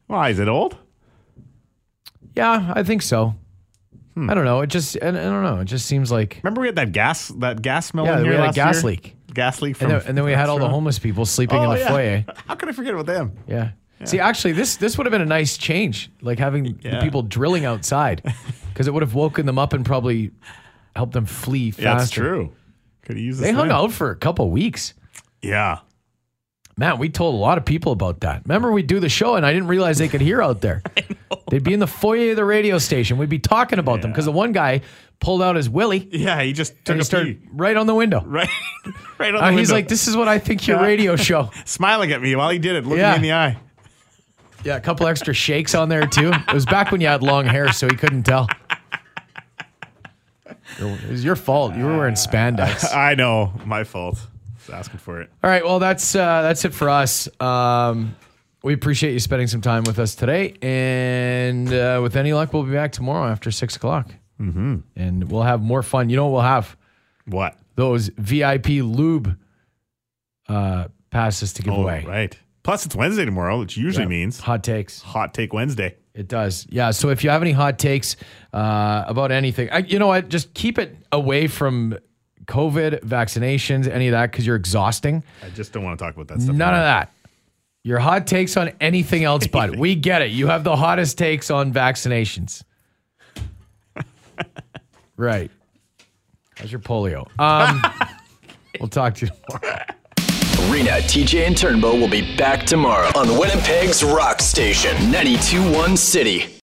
[SPEAKER 5] Why is it old?
[SPEAKER 3] Yeah, I think so.
[SPEAKER 5] Hmm.
[SPEAKER 3] I don't know. It just I, I don't know. It just seems like
[SPEAKER 5] Remember we had that gas that gas smell
[SPEAKER 3] Yeah,
[SPEAKER 5] in
[SPEAKER 3] we
[SPEAKER 5] here
[SPEAKER 3] had a
[SPEAKER 5] last
[SPEAKER 3] gas
[SPEAKER 5] year?
[SPEAKER 3] leak.
[SPEAKER 5] Gas leak from
[SPEAKER 3] and then, and then we had all the homeless people sleeping in
[SPEAKER 5] Oh,
[SPEAKER 3] the
[SPEAKER 5] yeah.
[SPEAKER 3] foyer.
[SPEAKER 5] How could I forget about them?
[SPEAKER 3] Yeah. See, actually, this this would have been a nice change, like having the
[SPEAKER 5] Yeah.
[SPEAKER 3] people drilling outside, because it would have woken them up and probably helped them flee faster.
[SPEAKER 5] Yeah, that's true. Could have used
[SPEAKER 3] They
[SPEAKER 5] this
[SPEAKER 3] hung
[SPEAKER 5] then.
[SPEAKER 3] out for a couple weeks.
[SPEAKER 5] Yeah.
[SPEAKER 3] Man, we told a lot of people about that. Remember, we do the show, and I didn't realize they could hear out there. They'd be in the foyer of the radio station. We'd be talking about them because the one guy pulled out his willy.
[SPEAKER 5] Yeah, he just took
[SPEAKER 3] and he
[SPEAKER 5] a
[SPEAKER 3] started
[SPEAKER 5] pee.
[SPEAKER 3] right on the window.
[SPEAKER 5] Right. right on
[SPEAKER 3] Uh,
[SPEAKER 5] the
[SPEAKER 3] he's
[SPEAKER 5] window.
[SPEAKER 3] like, "This is what I think your radio show."
[SPEAKER 5] Smiling at me while he did it, looking
[SPEAKER 3] Yeah.
[SPEAKER 5] me in the eye.
[SPEAKER 3] Yeah, a couple extra shakes on there too. It was back when you had long hair, so he couldn't tell. It was your fault. You were wearing spandex.
[SPEAKER 5] I know. My fault. Just asking for it.
[SPEAKER 3] All right. Well, that's uh, that's it for us. Um, we appreciate you spending some time with us today, and uh, with any luck, we'll be back tomorrow after six o'clock,
[SPEAKER 5] Mm-hmm.
[SPEAKER 3] and we'll have more fun. You know what we'll have?
[SPEAKER 5] What?
[SPEAKER 3] Those VIP lube uh, passes to give
[SPEAKER 5] Oh,
[SPEAKER 3] away.
[SPEAKER 5] right. Plus, it's Wednesday tomorrow, which usually
[SPEAKER 3] Yeah.
[SPEAKER 5] means
[SPEAKER 3] hot takes.
[SPEAKER 5] Hot take Wednesday.
[SPEAKER 3] It does. Yeah. So if you have any hot takes uh, about anything, I, you know what? Just keep it away from COVID, vaccinations, any of that, because you're exhausting.
[SPEAKER 5] I just don't want to talk about that stuff.
[SPEAKER 3] None of that. Your hot takes on anything else, but we get it. You have the hottest takes on vaccinations. right. How's your polio? Um, we'll talk to you tomorrow.
[SPEAKER 9] Rena, TJ, and Turnbow will be back tomorrow on Winnipeg's Rock Station, 921 City.